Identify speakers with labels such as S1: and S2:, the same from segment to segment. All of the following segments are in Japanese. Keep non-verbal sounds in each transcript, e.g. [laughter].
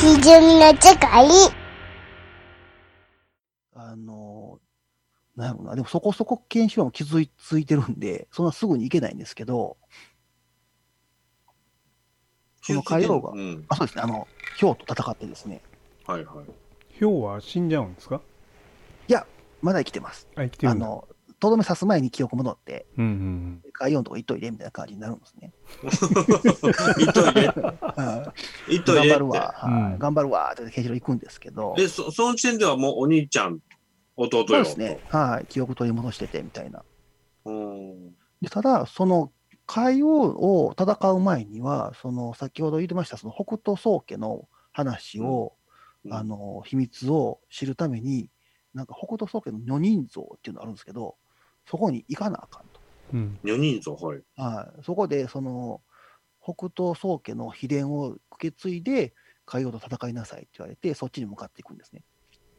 S1: 基準の違い。
S2: あの、なんやろな、でもそこそこ研修は気づいついてるんで、そんなすぐに行けないんですけど、その火曜が
S3: うん。
S2: あ、そうですね、あの、ひょうと戦ってですね、
S3: はいはい。
S4: ヒョウは死んじゃうんですか
S2: まだ生きてます。
S4: あ、生きて
S2: あ
S4: るんだ。
S2: の、とどめ刺す前に記憶戻って、
S4: うんうん
S2: 火曜のとこ行っといでみたいな感じになるんですね。
S3: 糸入
S2: うん
S3: れ、糸
S2: 頑
S3: 入れ
S2: 張
S3: って
S2: る。わ、はい
S4: うん
S2: 頑張るわって研修行くんですけど、
S3: で、そその時点ではもうお兄ちゃん、弟
S2: そう
S3: よ。
S2: ですね、はい、記憶取り戻しててみたいな。
S3: と。うん。
S2: でただ、その海王を戦う前には、その先ほど言ってました、その北斗宗家の話を、
S3: うん
S2: あの秘密を知るために、なんか北斗宗家の女人像っていうのがあるんですけど、そこに行かなあかん
S4: うん。うん。
S3: 女人ぞ、はい。
S2: と。はい、そこで、その北斗宗家の秘伝を受け継いで、海王と戦いなさいって言われて、そっちに向かっていくんですね。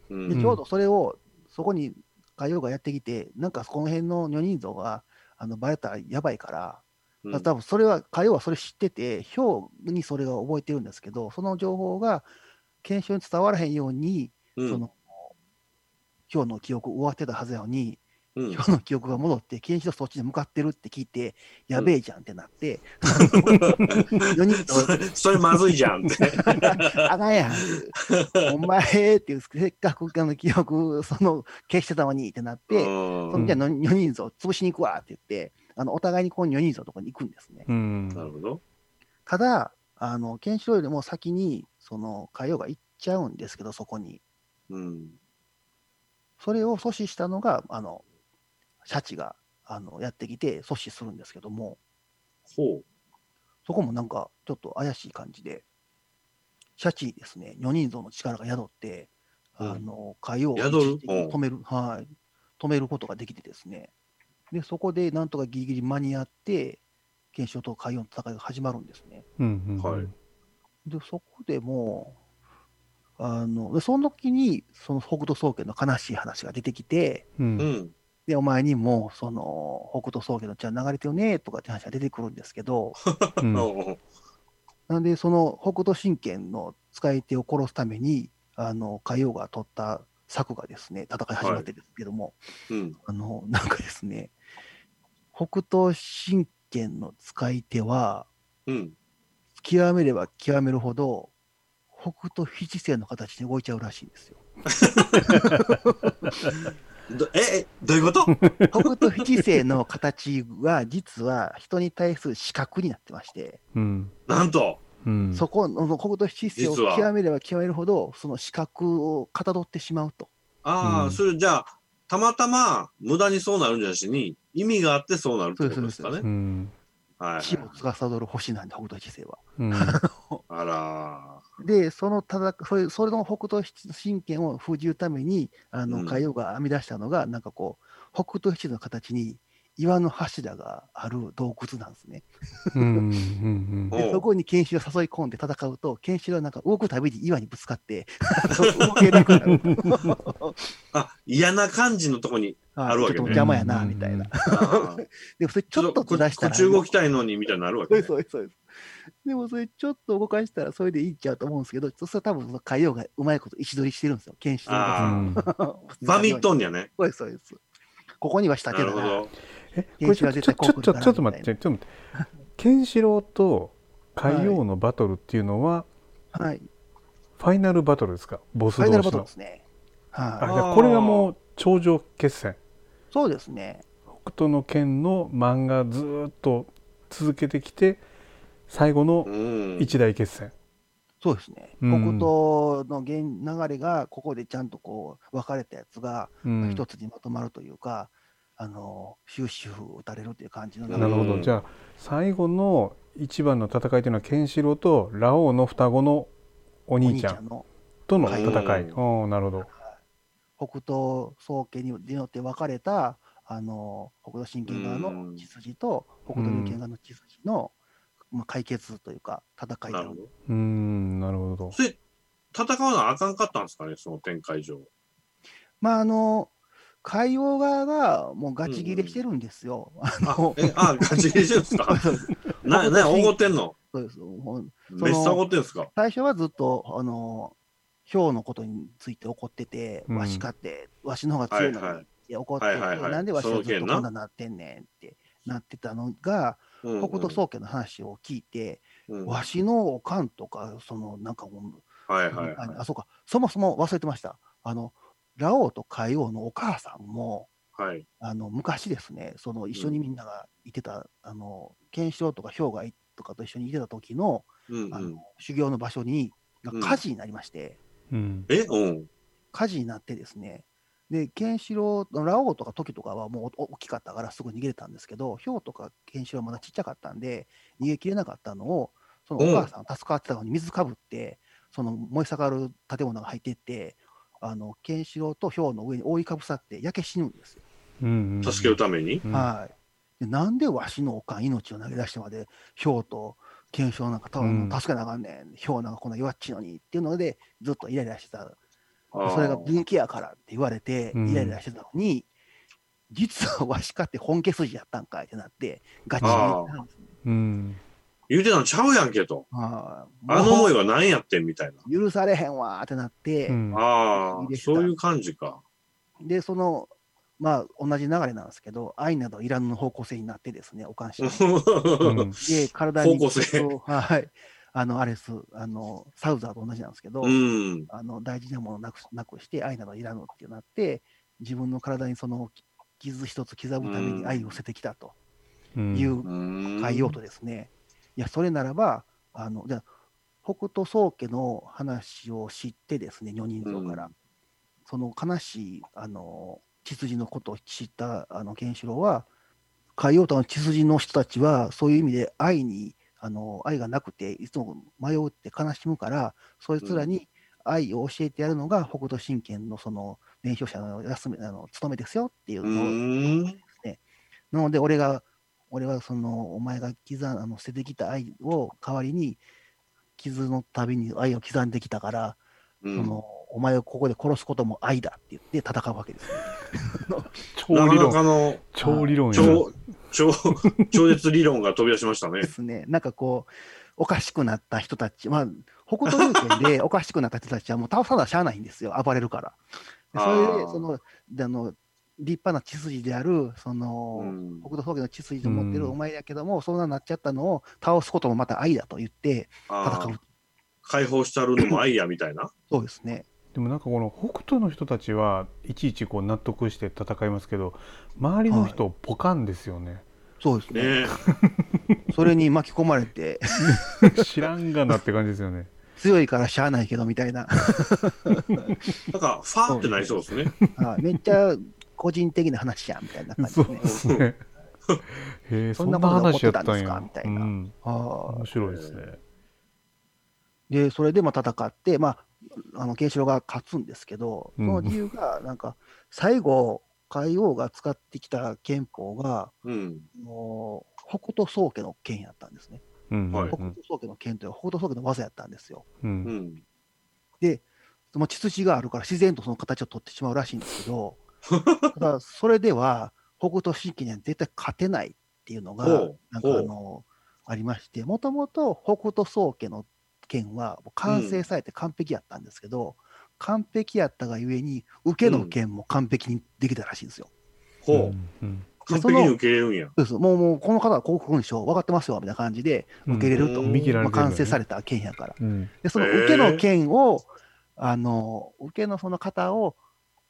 S3: う。
S2: で
S4: うん
S2: ちょうどそれを、そこに海洋がやってきて、なんかこの辺の女人像があのバレたらやばいから、
S3: う
S2: だ
S3: ん
S2: から多分それは、火曜はそれ知ってて、ヒョウにそれが覚えてるんですけど、その情報が検証に伝わらへんように、
S3: うん
S2: その、ヒョウの記憶終わってたはずやのに、
S3: うん
S2: ヒョウの記憶が戻って、検証そっちに向かってるって聞いて、やべえじゃんってな
S3: [laughs]
S2: って、4人と
S3: それ [laughs] それまずいじゃ
S2: [laughs]
S3: んって。
S2: あかんやん。お前っていう、せっかくあの記憶、その、消してたのにってなって、
S3: うん
S2: そのじゃあ4人像潰しに行くわって言って、あの、お互いにこう4人像のとこに行くんですね。
S4: うん
S3: なるほど。
S2: ただ、あの、ケンシロウよりも先に、その、海洋が行っちゃうんですけど、そこに。
S3: うん。
S2: それを阻止したのが、あの、シャチが、あの、やってきて阻止するんですけども、
S3: ほ
S2: そこもなんか、ちょっと怪しい感じで、シャチにですね、4人像の力が宿って、
S3: うん
S2: あの、海王を
S3: 宿る
S2: 一時的に止める、はい、止めることができてですね、で、そこでなんとかギリギリ間に合って、検証と海王の戦いが始まるんですね。
S4: うんうん。
S3: はい
S2: で、そこでもう、あの、でその時に、その北斗宗家の悲しい話が出てきて、
S4: う。
S3: う。うんん。
S2: で、お前にも、その、北斗宗家の血は流れてるね、とかって話が出てくるんですけど、
S4: う
S3: うん
S4: ん。
S3: うん
S2: なんで、その北斗神拳の使い手を殺すために、あの、海王が取った策がですね、戦い始まってですけども、
S3: うん。
S2: あの、 [laughs] なんかですね、北斗神拳の使い手は、
S3: うん。
S2: 極めれば極めるほど、北斗七星の形に動いちゃうらしいんですよ。
S3: どえ、えどうい
S2: [laughs]
S3: うこと
S2: 北斗七星の形は、実は人に対する視覚になってまして、
S4: うん。
S3: なんと。
S4: うん。
S2: そこの北斗七星を
S3: 実は
S2: 極めれば極めるほど、その視覚をかたどってしまうと。
S3: ああ、
S4: うん
S3: それじゃあ、たまたま無駄にそうなるんじゃなしに、意味があってそうなるってことです
S2: そ
S3: か
S2: うですそう
S3: ね
S4: う。ん。
S3: はい
S2: 地を司る星なんで、北斗七星は。
S4: うん。
S3: あら
S2: で、そのただそれそれの北斗七神拳を封じるために、あ
S3: う
S2: の
S3: ん
S2: 海洋が編み出したのが、なんかこう、北斗七星の形に岩の柱がある洞窟なんですね。
S4: うん。
S2: [laughs]
S4: うん。
S3: お
S2: で
S3: う
S2: そこにケンシロウを誘い込んで戦うと、ケンシロウはなんか動くたびに岩にぶつか
S3: [laughs]
S2: って、あの動けなくなる。
S3: ー。あ、嫌な感じのとこに。
S2: あ
S3: あるわけ
S2: ち
S3: ね
S2: ょっと邪魔やな、みたいな。
S3: あー
S2: で、それちょっとずらした
S3: こ
S2: ら。
S3: っち動きたいのに、みたいになるわ
S2: そう
S3: け、
S2: です、
S3: ね。
S2: そうです、そうです。でもそれちょっと動かしたらそれでいいっちゃうと思うんですけど、そしたら多分その海洋がうまいこと位置取りしてるんですよ、剣士
S4: う
S3: あ
S2: の。
S4: ん
S3: [laughs] バミっとんやね。
S2: そうです、そうです。ここには仕
S3: な
S2: 立て
S3: る
S2: だ
S3: ほ
S2: な。
S3: ど。
S4: え、こ
S2: 原
S4: れ
S2: 子
S4: ち
S2: が
S4: ょっと
S2: 出
S4: ちょ
S2: た
S4: ちょ
S2: コン
S4: ち
S2: ク
S4: ょ
S2: リ
S4: ちょっと
S2: みたい
S4: 待っ
S2: な
S4: て、ちょっと待って。ケンシロウと海王のバトルっていうのは、
S2: はい。
S4: ファイナルバトルですかボス
S2: ファイナル
S4: 同
S2: バ
S4: 士
S2: トル
S4: の
S2: で。すね。
S4: あ
S2: は
S4: じ
S2: い。
S4: ゃあこれがもう頂上決戦。
S2: そうですね。
S4: 北斗の拳の漫画ずーっと続けてきて最後の
S3: うん。
S4: 一大決戦。
S2: そうですね。
S4: う
S2: 僕
S4: ん
S2: との原流れが、ここでちゃんとこう、分かれたやつが、
S4: うん
S2: 一つにまとまるというか、あの、シューシュー打たれるという感じの流れ
S4: なるほ
S3: う
S4: ど。
S3: ん
S4: じゃあ最後の一番の戦いというのはケンシロウとラオウの双子のお
S2: お
S4: 兄
S2: 兄
S4: ち
S2: ち
S4: ゃ
S2: ゃん
S4: ん
S2: の
S4: との戦い。
S3: うん
S4: おおなるほど。
S2: 北東宗家によって分かれた、あの、北東神拳側
S3: う
S2: の
S3: ん
S2: 血筋と、北東龍拳側の血筋の、まあ、解決というか、戦い
S3: な
S2: な
S3: る
S2: の
S3: ほ
S2: で
S3: ど。
S4: うーんなるほど。
S3: それ、戦わなあかんかったんですかね、その展開上。
S2: まあ、あの、海王側がもうガチ切れしてるんですよ。あ
S3: あ
S2: の、 [laughs]
S3: え、あ、ガチ切れしてるんですかな、な、おごってんの
S2: そうです。もう
S3: めっちゃ怒ってんすか
S2: 最初はずっと、あの、ヒョウのことについて怒ってて、
S4: うん
S2: わしかって、わしの方が強いの
S3: はい
S2: に
S3: は
S2: って怒って
S3: は
S2: て、
S3: いはいはい
S2: なんでわし
S3: そ
S2: は
S3: の
S2: ずっ
S3: 件
S2: と
S3: な
S2: こんななってんねんってなってたのが、
S3: うん
S2: 北斗宗家の話を聞いて、
S3: うんは
S2: わしのおかんとか、その、なんかもう、
S3: いはい
S2: あの
S3: は
S2: あ、そうか、そもそも忘れてました。あの、ラオウと海王のお母さんも、
S3: い。はい。
S2: あの昔ですね、その一緒にみんながいてた、あのケンシロウとかヒョウガイとかと一緒にいてた時の、
S3: うんう
S2: あの
S3: ん。
S2: 修行の場所にが
S3: うん
S2: 火事になりまして、
S4: うん
S3: えうん。
S2: 火事になってですね、で、ケンシロウ、ラオウとかトキとかはもうお大きかったからすぐ逃げれたんですけど、ヒョウとかケンシロウはまだちっちゃかったんで、逃げきれなかったのを、そのお母さんを助かってたのに水かぶって、その燃え盛る建物が入ってって、あのケンシロウとヒョウの上に覆いかぶさって焼け死ぬんですよ。
S4: うんうん
S3: 助けるために
S4: うん
S2: はい。でなんでわしのおかん命を投げ出してまで、ひょうと検証なんか、たぶ
S4: うん
S2: ん助けなあかんねん、ひょうなんかこんな弱っちいのにっていうので、ずっとイライラしてた、
S3: あー
S2: それが分岐やからって言われて、
S4: うん
S2: イライラしてたのに、実はわしかって本家筋やったんかいってなって、ガチに言ったんですね。
S4: うん
S3: 言うてたのちゃうやんけと。
S2: はい
S3: あの
S2: も
S3: 思
S2: う
S3: いは何やってんみたいな。
S2: 許されへんわーってなって、
S4: うん
S3: あ
S2: いい
S3: あ、
S2: でした
S3: そういう感じか。
S2: で、その、まあ、同じ流れなんですけど、愛などいらぬの方向性になってですね、おかんし
S3: う
S2: に
S3: ん
S2: で、体に
S3: 方向性
S2: こうはい。あの、あれです。あの、サウザーと同じなんですけど、
S3: [laughs] うん。
S2: あの、大事なものをなくすなくして、愛などいらぬってなって、自分の体にそのき傷一つ刻むため
S3: う
S2: に
S3: ん
S2: 愛を捨ててきたと
S4: うん
S2: いうう
S3: ーん
S2: 変えようとですね、いや、それならば、あの、じゃあ北斗宗家の話を知ってですね、女人像から、
S3: う
S2: その悲しい、あの、血筋のことを知った、あの、ケンシロウは、海洋太の血筋の人たちは、そういう意味で愛に、あの、愛がなくて、いつも迷うって悲しむから、そいつらに愛を教えてやるのが、北斗神拳のその、伝承者の休み、あの、務めですよっていう
S3: う
S2: のを
S3: ーん。
S2: なので、俺が、俺はその、お前が刻んあの捨ててきた愛を代わりに、傷のたびに愛を刻んできたから、
S3: う
S2: その
S3: ん
S2: お前をここで殺すことも愛だって言って戦うわけです、ね。
S4: 超
S3: なか
S4: 理
S3: な
S4: 論
S3: かの
S4: 超理論やな
S3: 超、超、超絶理論が飛び出しましたね
S2: で。すね。なんかこう、おかしくなった人たち、まあ、北斗流
S3: [laughs]
S2: 拳でおかしくなった人たちはもう倒さなしゃあないんですよ、暴れるから。でそれ
S3: あ
S2: で、
S3: ー
S2: その、であの、立派な血筋である、その、
S3: うん
S2: 北斗峠の血筋を持って
S4: う
S2: る
S4: ん
S2: お前だけども、そんなになっちゃったのを倒すこともまた愛だと言って
S3: あ
S2: 戦
S3: ー
S2: う。
S3: 解放したるのも愛やみたいな。
S2: そうですね。
S4: でもなんかこの北斗の人たちはいちいちこう納得して戦いますけど周りの人ポカンですよね、
S2: そうですね。
S3: ね
S2: それに巻き込まれて、 [laughs]
S4: 知らんがなって感じですよね
S2: 強いからしゃあないけどみたいな、
S3: なんか、ファーってなりそうですね。
S2: あめっちゃ個人的な話じゃんみたいな感じ
S4: [laughs] そう
S2: ですね
S4: で。すねへ [laughs] えそ
S2: そ
S4: ん
S2: ん
S4: な
S2: なことが起
S4: 話
S2: こ
S4: や
S2: っ
S4: って
S2: たん
S4: た
S2: ですかみたい
S4: んや
S2: な
S4: うん、
S2: あ
S4: 面白いですね、
S2: で、それでまあ戦って、まあ、あのケンシロウが勝つんですけど、その理由が、なんか、最後、海王が使ってきた憲法が、
S3: うん。
S2: もう北斗宗家の剣やったんですね。
S4: うん
S3: はい
S2: 北斗宗家の剣というのは北斗宗家の技やったんですよ。
S4: う
S3: うんん。
S2: その血筋があるから自然とその形を取ってしまうらしいんですけ
S3: [laughs]
S2: ど、ただそれでは北斗神拳には絶対勝てないっていうのが、
S3: ほう
S2: なんかあ
S3: ほ
S2: の、ありまして、もともと北斗宗家の剣はもう完成されて完璧やったんですけど、完璧やったがゆえに、受けの剣も完璧にできたらしいんですよ。
S3: ほう。
S4: うん
S3: 完璧に受け入れるんや。
S2: そうですもう、もうこの方はこう来るんでしょう、分かってますよ、みたいな感じで受け入れると、
S3: うん
S4: 見切
S2: ま
S4: られ
S2: あ、
S4: てるよね
S2: 完成された剣やから。
S4: うん
S2: で、その
S3: へー
S2: 受けの剣を、あの、受けのその型を、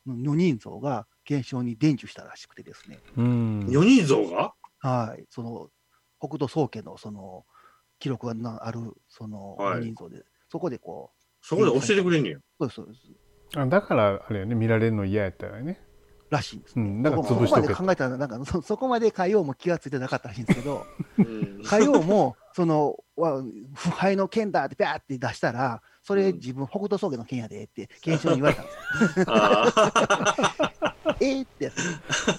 S2: 女人像が現象に伝授したらしくてですね、
S4: うん
S3: 女人像が
S2: はい、その、北斗宗家のその、記録がなある、その、
S3: はい
S2: 女人像で、そこでこう、
S3: そこで教えてくれんねや。
S2: そうです、そうです、
S4: あだからあれよね見られるの嫌やったらね
S2: らしいんです
S4: う
S2: ね。
S4: んなんか
S2: そこ
S4: 潰し
S2: そことま
S4: け
S2: で
S4: と
S2: 考えたら、なんかそ、そこまで海王も気がついてなかったらしいんですけど、 [laughs]
S3: うん
S2: 海王も、その、わ腐敗の剣だって、ぴゃーって出したら、それ
S3: うん
S2: 自分、北斗宗家の剣やでって、検証に言われたんですよ
S3: あー
S2: えーってやつ。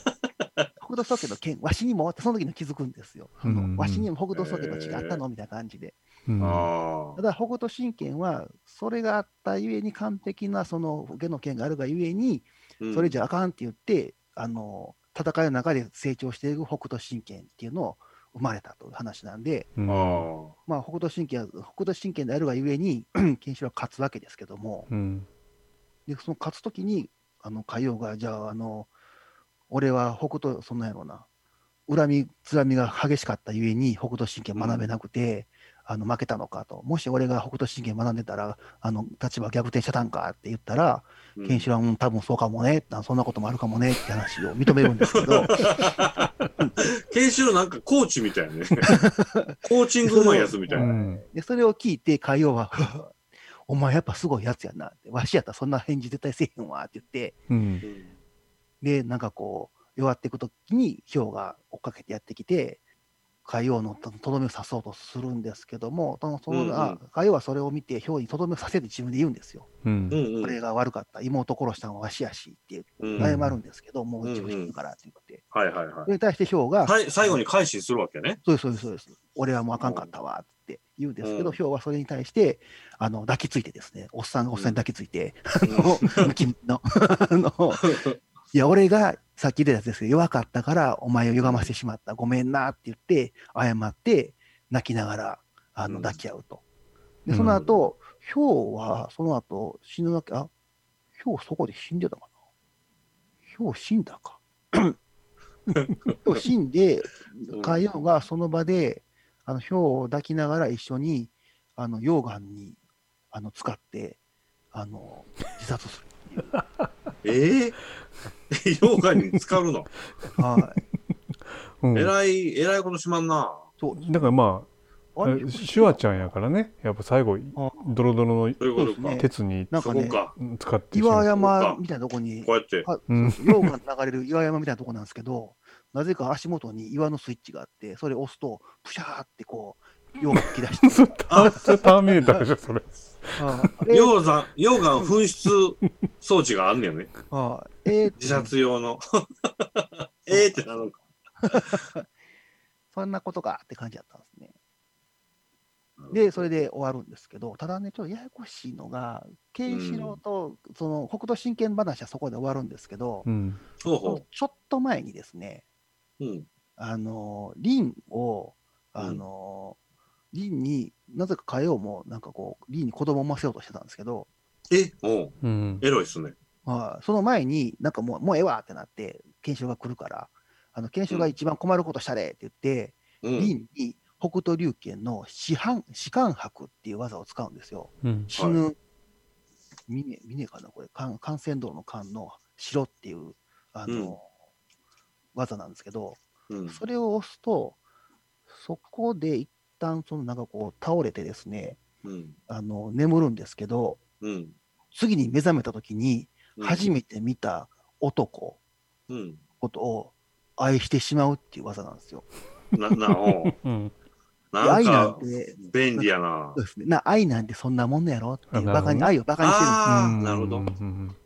S2: 北斗宗家の剣、わしにもって、その時に気づくんですよ。あ
S4: うんうんうん
S2: のわしにも北斗宗家の血があったのみたいな感じで。
S4: うん
S3: あ
S2: ただ、北斗神拳は、それがあったゆえに完璧な、その、下の剣があるがゆえに、
S3: ー。
S2: それじ
S3: ゃ。
S2: ゃあかんって言って、あの、戦いの中で成長していく北斗神拳っていうのを、生まれたという話なんで、
S4: うん
S3: あ
S2: まあ、北斗神拳、北斗神拳であるがゆえに、 [clears throat] ケンシロウは勝つわけですけども、
S4: うん
S2: でその勝つときに、あの海王が、じゃあ、あの俺は北斗、そんなんやろうな、恨み、つらみが激しかったゆえに、北斗神拳学べなくて、あの負けたのかと、もし俺が北斗神拳学んでたら、あの立場逆転してたんかって言ったら、
S3: あ。
S2: ケンシロウは、うん、多分そうかもね、あそんなこともあるかもねって話を認めるんですけ [laughs] ど、
S3: ケンシロウなんかコーチみたいね。コーチングうまいやつみた
S4: う
S3: いな。
S4: ん
S2: でそれを聞いて、海王は、お前やっぱすごいやつやなって、わしやったらそんな返事絶対せえへんわって言って、
S4: うん
S2: で、なんかこう、弱っていくときに、ヒョウが追っかけてやってきて、海王のととどめを刺そうとするんですけども、そのその
S3: うんうん
S2: あ海王はそれを見て、ヒョウにとどめを刺せって自分で言うんですよ。
S4: うん
S3: うんうん。
S2: 俺が悪かった、妹殺したのはわしやしって言って
S3: うん
S2: 謝
S3: はい
S2: るんですけど、もう一部引くからって言って、
S3: はいは
S2: それに対してヒョウが、
S3: い。はい、最後に改心するわけ
S2: [laughs]
S3: ね。
S2: そうです、そうです、そうです。俺はもうあかんかったわって言うんですけ
S3: う
S2: ど、
S3: ん
S2: ヒョウはそれに対して、あの、抱きついてですね、おっさんがおっさんに抱きついて、
S3: う
S2: あ
S3: ん
S2: の、君の、あの、いや、俺がさっき言ったやつですけど、弱かったからお前を歪ませてしまった、ごめんなって言って、謝って、泣きながら、あ
S3: う
S2: の、
S3: ん
S2: 抱き合うと。で、その後、ヒョウは、その後、死ぬわけ、あ、ヒョウそこで死んでたかな。ヒョウ死んだ
S3: [laughs]
S2: か。ヒョウ死んで、
S3: うん
S2: カヨウがその場で、あの、ヒョウを抱きながら一緒に、あの、溶岩に、あの、使って、あの、自殺する。
S3: ええ [laughs] 妖怪に使うの。
S2: [laughs]
S3: [laughs]
S2: はい。
S4: うん
S3: えらい、えらいことしまんな。
S2: そう。
S4: だからまあ
S2: あれ
S4: シュワちゃんやからねやっぱ最後
S2: あ
S4: ドロドロの
S3: そういう
S2: そ
S3: こと
S2: うです
S3: か
S2: ね。
S4: 鉄に
S2: なん
S3: そ
S2: か
S3: こ
S2: ね、
S3: か。
S4: 使ってしま
S2: 岩
S4: う
S2: 山みたいなとこに
S3: こ、うやって。
S2: は
S4: うん [laughs]
S2: 溶岩が流れる [laughs] 岩山みたいなとこなんですけど、なぜか足元に岩のスイッチがあって、それを押すと、プシャーってこう、溶岩吹き出して、
S4: それターそれターミネーターでしょそれ
S2: [laughs] あーあれ
S3: 溶岩、溶岩噴出装置があんねんね。
S2: あーえー
S3: 自殺用の。 [laughs] ええってなるのか。
S2: そんなことかって感じだったんですね。で、それで終わるんですけど、ただね、ちょっとややこしいのが、ケンシロウと、その北斗神拳話はそこで終わるんですけど、
S4: うん
S2: そ
S3: ほう
S2: の
S3: ほ
S2: ちょっと前にですね、
S3: う。うん。
S2: あのリンを、あのリンになぜか変えようも、なんかこう、リンに子供を産ませようとしてたんですけど、
S3: え、おう
S4: うん
S3: エロいっすね。
S2: まあ、その前になんかもう、もうええわってなって、ケンシロウが来るから、あのケンシロウが一番困ることしたれって言って、
S3: う
S2: リ
S3: ん。
S2: ンに北斗龍拳の四半四冠白っていう技を使うんですよ。
S4: うん
S2: 死ぬ、ミネミネかな、これ、幹幹線道の幹の白っていう、あの、
S3: うん
S2: 技なんですけど、
S3: うん。
S2: それを押すと、そこで一旦そのなんかこう倒れてですね、
S3: うん。
S2: あの眠るんですけど、
S3: うん。
S2: 次に目覚めたときに、初
S3: め
S2: めて見た男
S3: うん。
S2: ことを愛してしまうっていう技なんですよ。
S3: な、な、おう
S4: うん
S2: で [laughs]
S3: な
S2: 愛
S3: ん
S2: なん
S3: か、
S2: て、
S3: 便利やな
S2: そう。ですね、な愛なんてそんなもんやろっていう、
S4: あなる
S2: バ
S4: ほど
S2: カ
S4: ね
S2: に愛をバカにしてるんですよ
S3: あ
S4: う
S3: あ、
S4: ん
S3: なるほど
S4: うん。うん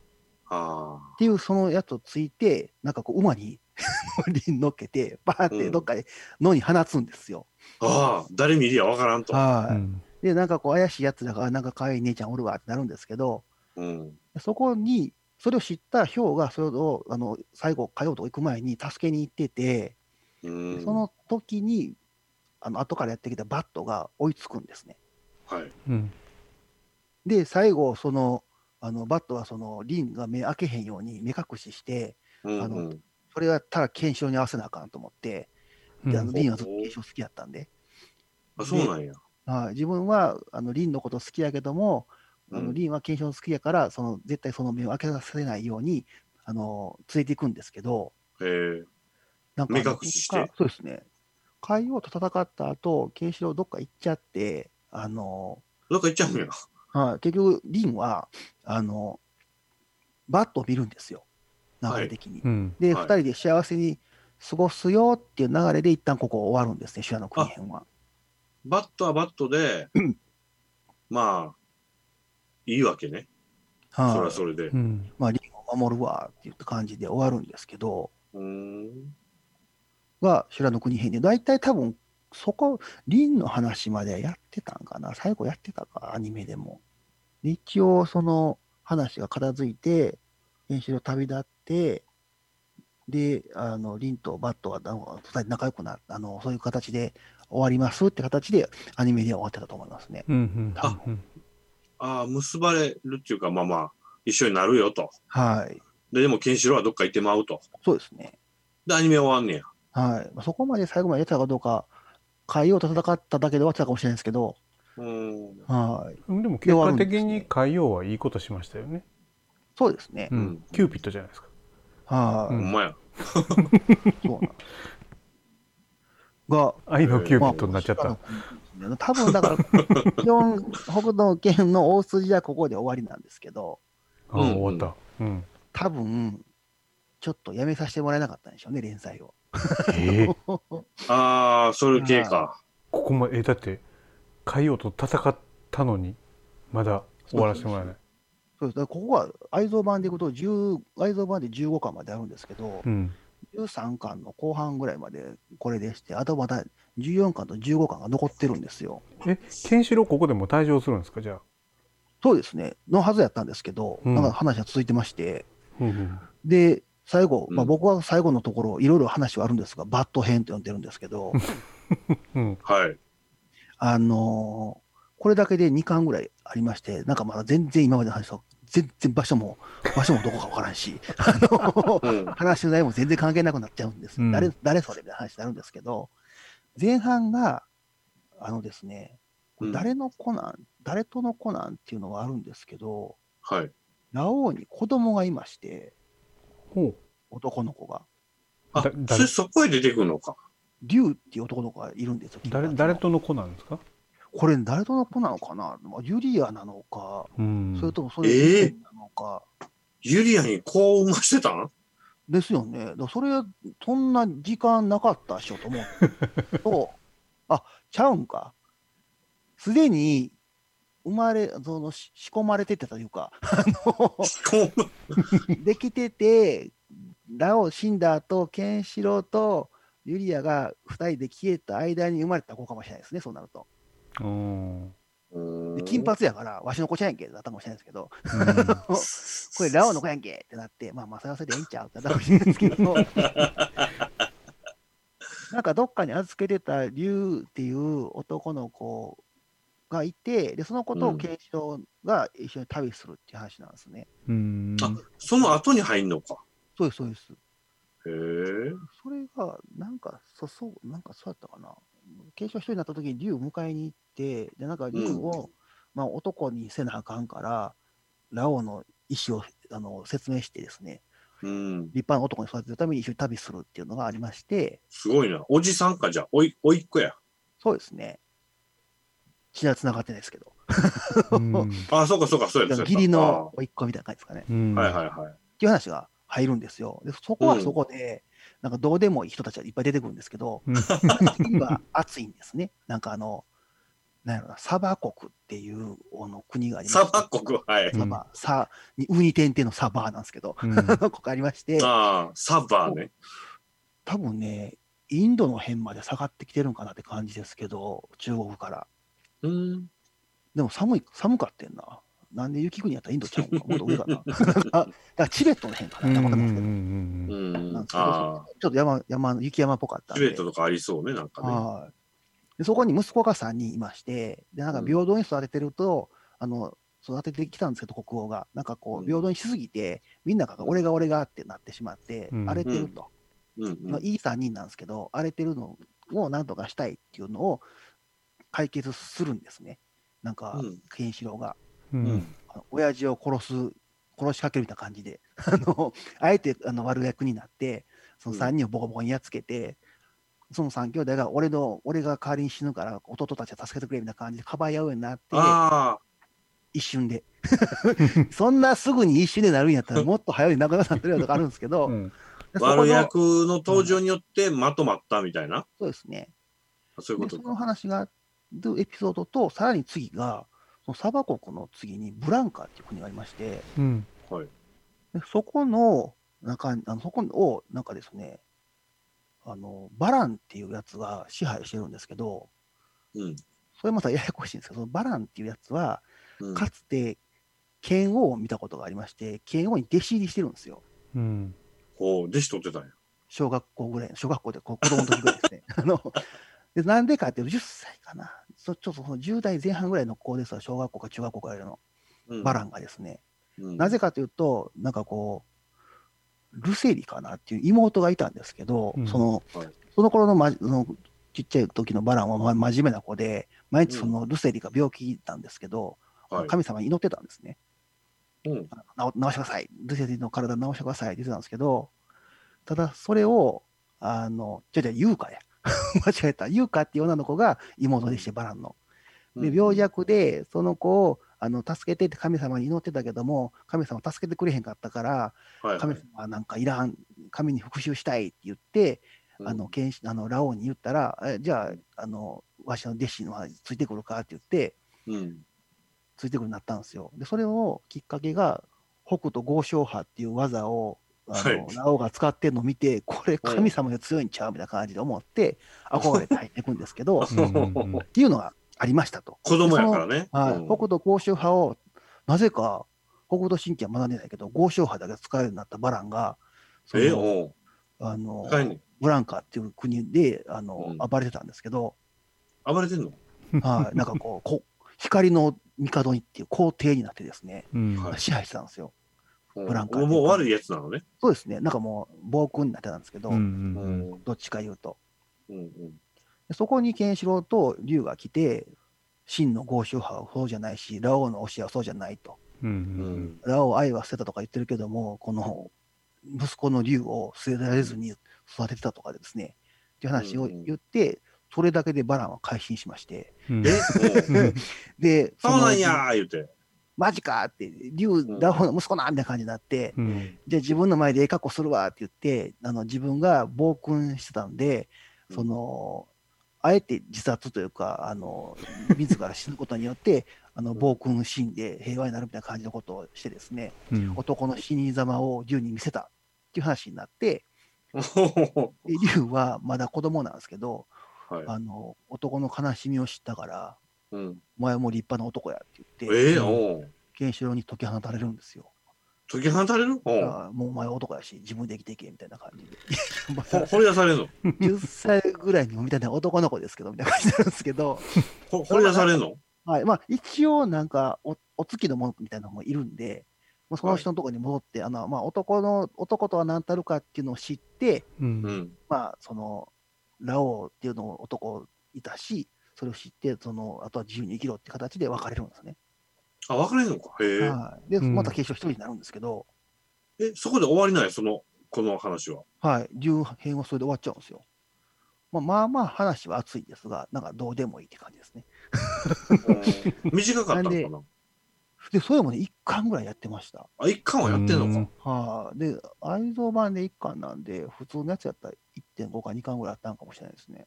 S3: あ
S2: っていうそのやつをついて、なんかこう馬に [laughs] 乗り乗っけて、バーってどっかで野に放つんですよ。
S3: あ。ああ、誰見りゃわからんと。
S4: う
S2: は
S4: ん
S2: い。で、なんかこう怪しいやつらが、あなんか可愛い姉ちゃんおるわってなるんですけど、
S3: うん。
S2: そこに、それを知ったヒョウがそれをあの最後、火曜と行く前に助けに行ってて、
S3: うん。
S2: その時に、あの後からやってきたバットが追いつくんですね。
S3: はい。
S4: うん
S2: で、最後、その、あのバットはそのリンが目開けへんように目隠しして、
S3: うん
S2: あの
S3: うん。
S2: それやったら検証に合わせなあかんと思って、
S4: うん
S2: であのリンはずっと検証好きやったんで、
S3: あ、そうなんや。
S2: はい、自分はあのリンのこと好きやけども、あ
S3: う
S2: の
S3: ん
S2: リンは検証好きやから、その絶対その目を開けさせないようにあの連れていくんですけど、
S3: へえ。
S2: なんか
S3: 目隠しして
S2: どっかそうですね、海王と戦った後、ケンシロウどっか行っちゃって、あの
S3: なんか行っちゃうんや。
S2: はい、結局、リンはあのバットを見るんですよ、流れ的に。
S4: うん
S2: で、
S3: はい
S2: 2人で幸せに過ごすよっていう流れで、一旦ここ終わるんですね、修羅の国編は。
S3: バットはバットで、まあ、いいわけね。
S2: はい
S3: それはそれで
S4: う。ん
S2: まあ、リンを守るわっていった感じで終わるんですけど、
S3: うーん。
S2: が修羅の国編で、大体多分、そこ、リンの話までやってたんかな、最後やってたか、アニメでも。で一応、その話が片付いて、ケンシロウ旅立って、で、あの、リンとバットは、あの二人仲良くな、あの、そういう形で終わりますって形で、アニメでは終わってたと思いますね。
S4: うんうん
S2: あ
S4: うん
S3: ああ、結ばれるっていうか、まあまあ、一緒になるよと。
S2: はい。
S3: で、でも、ケンシロウはどっか行ってまうと。
S2: そうですね。
S3: で、アニメ終わんねや。
S2: はい。まあ、そこまで最後までやってたかどうか、海王と戦っただけで終わってたかもしれないですけど、
S3: うん。
S2: はい。
S4: うんでも結果的
S2: で終わるんです
S4: に
S2: ね
S4: 海王はいいことしましたよね、
S2: そうですね
S4: う。ん
S3: うん
S4: キューピッドじゃないですか
S2: はい、
S4: う
S3: ほ
S4: ん
S3: んまや。
S2: そうなんです。が、
S4: 愛のキューピ
S3: まあ
S4: ッドになっちゃった、
S2: た。多分だから、基本、北斗県の大筋はここで終わりなんですけど、
S4: ああ
S3: うん
S4: 終わった、うん
S2: 多分ちょっとやめさせてもらえなかったんでしょうね、連載を。
S4: ええ
S3: ああ、そういう系か。
S4: ここまでえだって海王と戦ったのにまだ終わらせてもらえない
S2: そうですだからここは愛蔵版でいくと、10愛蔵版で15巻まであるんですけど
S4: う、ん
S2: 13巻の後半ぐらいまでこれでして、あとまた14巻と15巻が残ってるんですよ。
S4: えケンシロウここでもう退場するんですかじゃあ、
S2: そうですね、のはずやったんですけど、
S4: うん
S2: なんか話が続いてまして、
S4: うんうん
S2: で、最後、まあ、
S3: うん
S2: 僕は最後のところ、いろいろ話はあるんですが、バッド編と呼んでるんですけど、
S4: うん、
S3: はい。
S2: あのーこれだけで2巻ぐらいありまして、なんかまだ全然今までの話と全然場所も、場所もどこかわからんし、あの
S3: うん。
S2: 話の内容も全然関係なくなっちゃうんです。
S4: うん
S2: 誰、誰それみたいな話になるんですけど、前半が、あのですね、
S3: うん
S2: 誰のコナン、誰とのコナンっていうのはあるんですけど、
S3: はい。
S2: ラオウに子供がいまして、
S4: ほ
S2: 男の子が、
S3: あ
S4: だ、
S3: そ
S4: 誰
S3: れそこへ出てくるのか。
S2: リュウっていう男の子がいるんですよ。
S4: う誰
S2: 金髪の
S4: 誰との子なんですか、
S2: これ誰との子なのかなまあユリアなのか、
S4: うん、
S2: それともそれ
S3: ええ
S2: なのか。
S3: ユリアにこう産ましてたん
S2: ですよね。だからそれ、そんな時間なかったっしょと思うと、あちゃうんか。すでに生まれ、そのし仕込まれててというか、あの
S3: こう
S2: できてて、ラオ、シンダーとケンシロウとユリアが2人で消えた間に生まれた子かもしれないですね、そうなると。
S4: うん、うん
S2: で金髪やから、わしの子ちゃんやんけだったかもしれないですけど、こ
S3: こ
S2: れラオの子やんけってなって、まあ、まあ、それはそれでええんちゃうってなったかもしれないですけ [laughs] ど、なんかどっかに預けてた竜っていう男の子がいて、でそのこと
S3: う
S2: を
S3: ん
S2: ケンシロウが一緒に旅するっていう話なんですね。
S4: うん
S3: あその後に入んのか。
S2: そうです、そうです。
S3: へえ。
S2: それが、なんか、そそう、なんかそうやったかな。ケンシロウ一人になった時に竜迎えに行って、で、なんか竜を、まあ、男にせなあかんから、ラオの意思をあの説明してですね、
S3: うん。
S2: 立派な男に育てるために一緒に旅するっていうのがありまして、
S3: すごいな。おじさんか、じゃあ。おい、おいっ子や。
S2: そうですね。血は繋がってないですけど、
S4: うん
S3: あ、そうかそうか、そうやそうや
S2: 義理の甥っ子みたいな感じですかね。っ
S4: うん
S3: あはいはいはい。
S2: ていう話が入るんですよ。でそこは
S3: うん
S2: そこで、なんかどうでもいい人たちがいっぱい出てくるんですけど、
S4: うん
S2: 今熱いんですね。 [laughs] なんかあの、なんやろな、サバ国っていうあの国がありま
S3: 砂
S2: して
S3: 漠国、はい。
S2: サバ、サ、にウニ点々のサバーなんですけど、
S4: うん
S2: [laughs] ここありまして、
S3: ああ、サバーね。
S2: 多分ね、インドの辺まで下がってきてるんかなって感じですけど、中国から。
S3: うん。
S2: でも寒い、寒かってんな。なんで雪国やったらインドちゃうんか、もっと上か
S3: [laughs]
S2: な。だからチベットの辺か
S4: うん
S2: な、
S4: う
S2: わかんないですけど
S4: ん
S3: う
S4: うん
S3: ん
S2: なん。か
S3: ああ、
S2: ちょっと山、山の、雪山っぽかったん
S3: チ
S2: で。
S3: ベットとかありそうね、なんかね。
S2: はいでそこに息子が3人いまして、で、なんか平等に育ててると、あの、育ててきたんですけど、国王が。なんかこ
S3: うん
S2: う、平等にしすぎて、みんなが俺が俺がってなってしまって、
S4: うん
S2: 荒れてると。
S3: うん
S2: まあ、いい3人なんですけど、荒れてるのをなんとかしたいっていうのを解決するんですね。なんか、
S3: うん
S2: ケンシロウが。
S4: う
S3: うん。うんん。
S2: あの親父を殺す、殺しかけるみたいな感じで、 [laughs] あの、あえてあの悪役になって、その3人をボコボコにやっつけて、その3兄弟が俺の、俺が代わりに死ぬから弟たちは助けてくれみたいな感じでかばい合うようになって、
S3: あ
S2: 一瞬で。 [laughs] そんなすぐに一瞬でなるんやった
S3: [laughs]
S2: らもっと早い仲良くなってるやとかあるんですけど、
S4: うん
S2: で
S3: あ、
S2: そこの
S3: 悪役の登場によってまとまったみたいな。
S2: そうですね。
S3: そういう
S2: で
S3: こ
S2: そ
S3: と
S2: の
S3: か。
S2: 話がるエピソードと、さらに次が、そのサバ国の次にブランカっていう国がありまして、
S4: うん
S3: はい。
S2: でそこの中にあの、そこを、なんかですね、あの、バランっていうやつが支配してるんですけど、
S3: うん。
S2: それまたややこしいんですけど、そのバランっていうやつは、
S3: うん
S2: かつて剣王を見たことがありまして、剣王に弟子入りしてるんですよ。
S4: うん
S3: ほう、弟子取ってたんや。
S2: 小学校ぐらい、小学校でこう子供の時ぐらい
S3: [laughs]
S2: ですね。あのでなんでかっていうと、10歳かな、そちょっとその10代前半ぐらいの子ですわ、小学校か中学校ぐらいの
S3: うん
S2: バランがですね、
S3: うん
S2: なぜかというと、なんかこう、ルセリかなっていう妹がいたんですけど、
S4: うん
S2: その
S3: はい
S2: その頃の,、ま、そのちっちゃい時のバランは、ま、真面目な子で、毎日そのルセリが病気なんですけど、
S3: はい
S2: 神様に祈ってたんですね。
S3: うん
S2: あの治治してください、ルセリの体治してくださいって言ってたんですけど、ただそれを、あの、じゃじゃ、優香や。 [laughs] 間違えた。優香っていう女の子が妹でして、バランの。で、病弱で、その子を、あの、助けてって神様に祈ってたけども、神様助けてくれへんかったから、
S3: はい
S2: 神様なんかいらん、神に復讐したいって言って、あの、剣士あの、ラオウに言ったら、えじゃあ、あの、わしの弟子のはついてくるかって言って、
S3: うん
S2: ついてくるようになったんですよ。で、それをきっかけが、北斗豪商派っていう技を、あの、
S3: はい
S2: ラオウが使ってるのを見て、これ神様が強いんちゃうみたいな感じで思って、
S3: [laughs]
S2: 憧れて入っていくんですけど、っ
S4: うんうんうん
S2: ていうのがありましたと。
S3: 子供やからね。
S2: はい、
S3: うん
S2: 北斗豪州派を、なぜか北斗神拳は学んでないけど、豪州派だけ使えるようになったバランが、その
S3: えおう
S2: あの
S3: 高いね。
S2: ブランカっていう国であの、
S3: うん
S2: 暴れてたんですけ
S4: [laughs]
S2: ど、
S3: 暴れてんの
S2: はい、なんかこう、こ光の帝にっていう皇帝になってですね、
S4: うん
S3: はい
S2: 支配してたんですよ。
S3: うん
S2: ブランカ
S3: もうもう悪いやつなのね。
S2: そうですね、なんかもう暴君になってたんですけど、
S4: うん
S3: う
S4: うん
S3: ん
S4: うん
S2: どっちか言うと。
S3: うんうん
S2: でそこにケンシロウと龍が来て、真の豪州派はそうじゃないし、ラオウの教えはそうじゃないと。
S4: う
S3: うんん
S2: ラオウ愛は捨てたとか言ってるけども、この息子の竜を捨てられずに育ててたとかでですね、っていう話を言って、それだけでバランは改心しまして、
S4: うん
S3: え
S2: [laughs]
S4: うんうん
S2: で、
S3: そう
S2: の
S3: なんやー言う
S2: [laughs]
S3: て。
S2: マジかって、竜、
S3: ん
S2: ラオウの息子なんみたいな感じになって、
S4: うん
S2: じゃあ自分の前でええ格好するわって言って、あの自分が暴君してたんで、その、あえて自殺というか、あの、自ら死ぬことによって、あの暴君死んで平和になるみたいな感じのことをしてですね、
S4: うん
S2: 男の死に様を竜に見せたっていう話になって、
S3: おほほほ
S2: で竜はまだ子供なんですけど、
S3: はい
S2: あの男の悲しみを知ったから、
S3: うん
S2: お前はもう立派な男やって
S3: え
S2: 言って、
S3: ーおう
S2: ケンシロウに解き放たれるんですよ。
S3: 解き放たれるお
S2: だか
S3: う
S2: らもうお前は男やし、自分で生きていけみたいな感じで。 [laughs] ま
S3: ほ
S2: あ
S3: 掘り出されるの
S2: 10歳ぐらいにもみたいな男の子ですけど、みたいな感じなんですけど、
S3: ほ掘り出されるの
S2: はいまあ、一応なんかお、お月のもみたいなのもいるんで、まあ、その人のところに戻って、あのまあ、男の男とは何たるかっていうのを知って、
S4: うん
S3: うん
S2: まあ、その、ラオウっていうのを男いたし、それを知って、その、あとは自由に生きろって形で別れるんですね。
S3: あ、分かれるのか。へえ。
S2: はい。で、
S4: うん
S2: また決勝一人になるんですけど、
S3: え、そこで終わりない、その、この
S2: [laughs]
S3: 話は。
S2: はい。竜編はそれで終わっちゃうんですよ。まあまあまあ話は熱いですが、なんかどうでもいいって感じですね。
S3: うん短かったの
S2: な
S3: か
S2: ん
S3: な
S2: で、それもね、1巻ぐらいやってました。
S3: あ、一巻はやってんのか。
S2: はい、で、愛蔵版で1巻なんで、普通のやつやったら1.5か2巻ぐらいあったんかもしれないですね。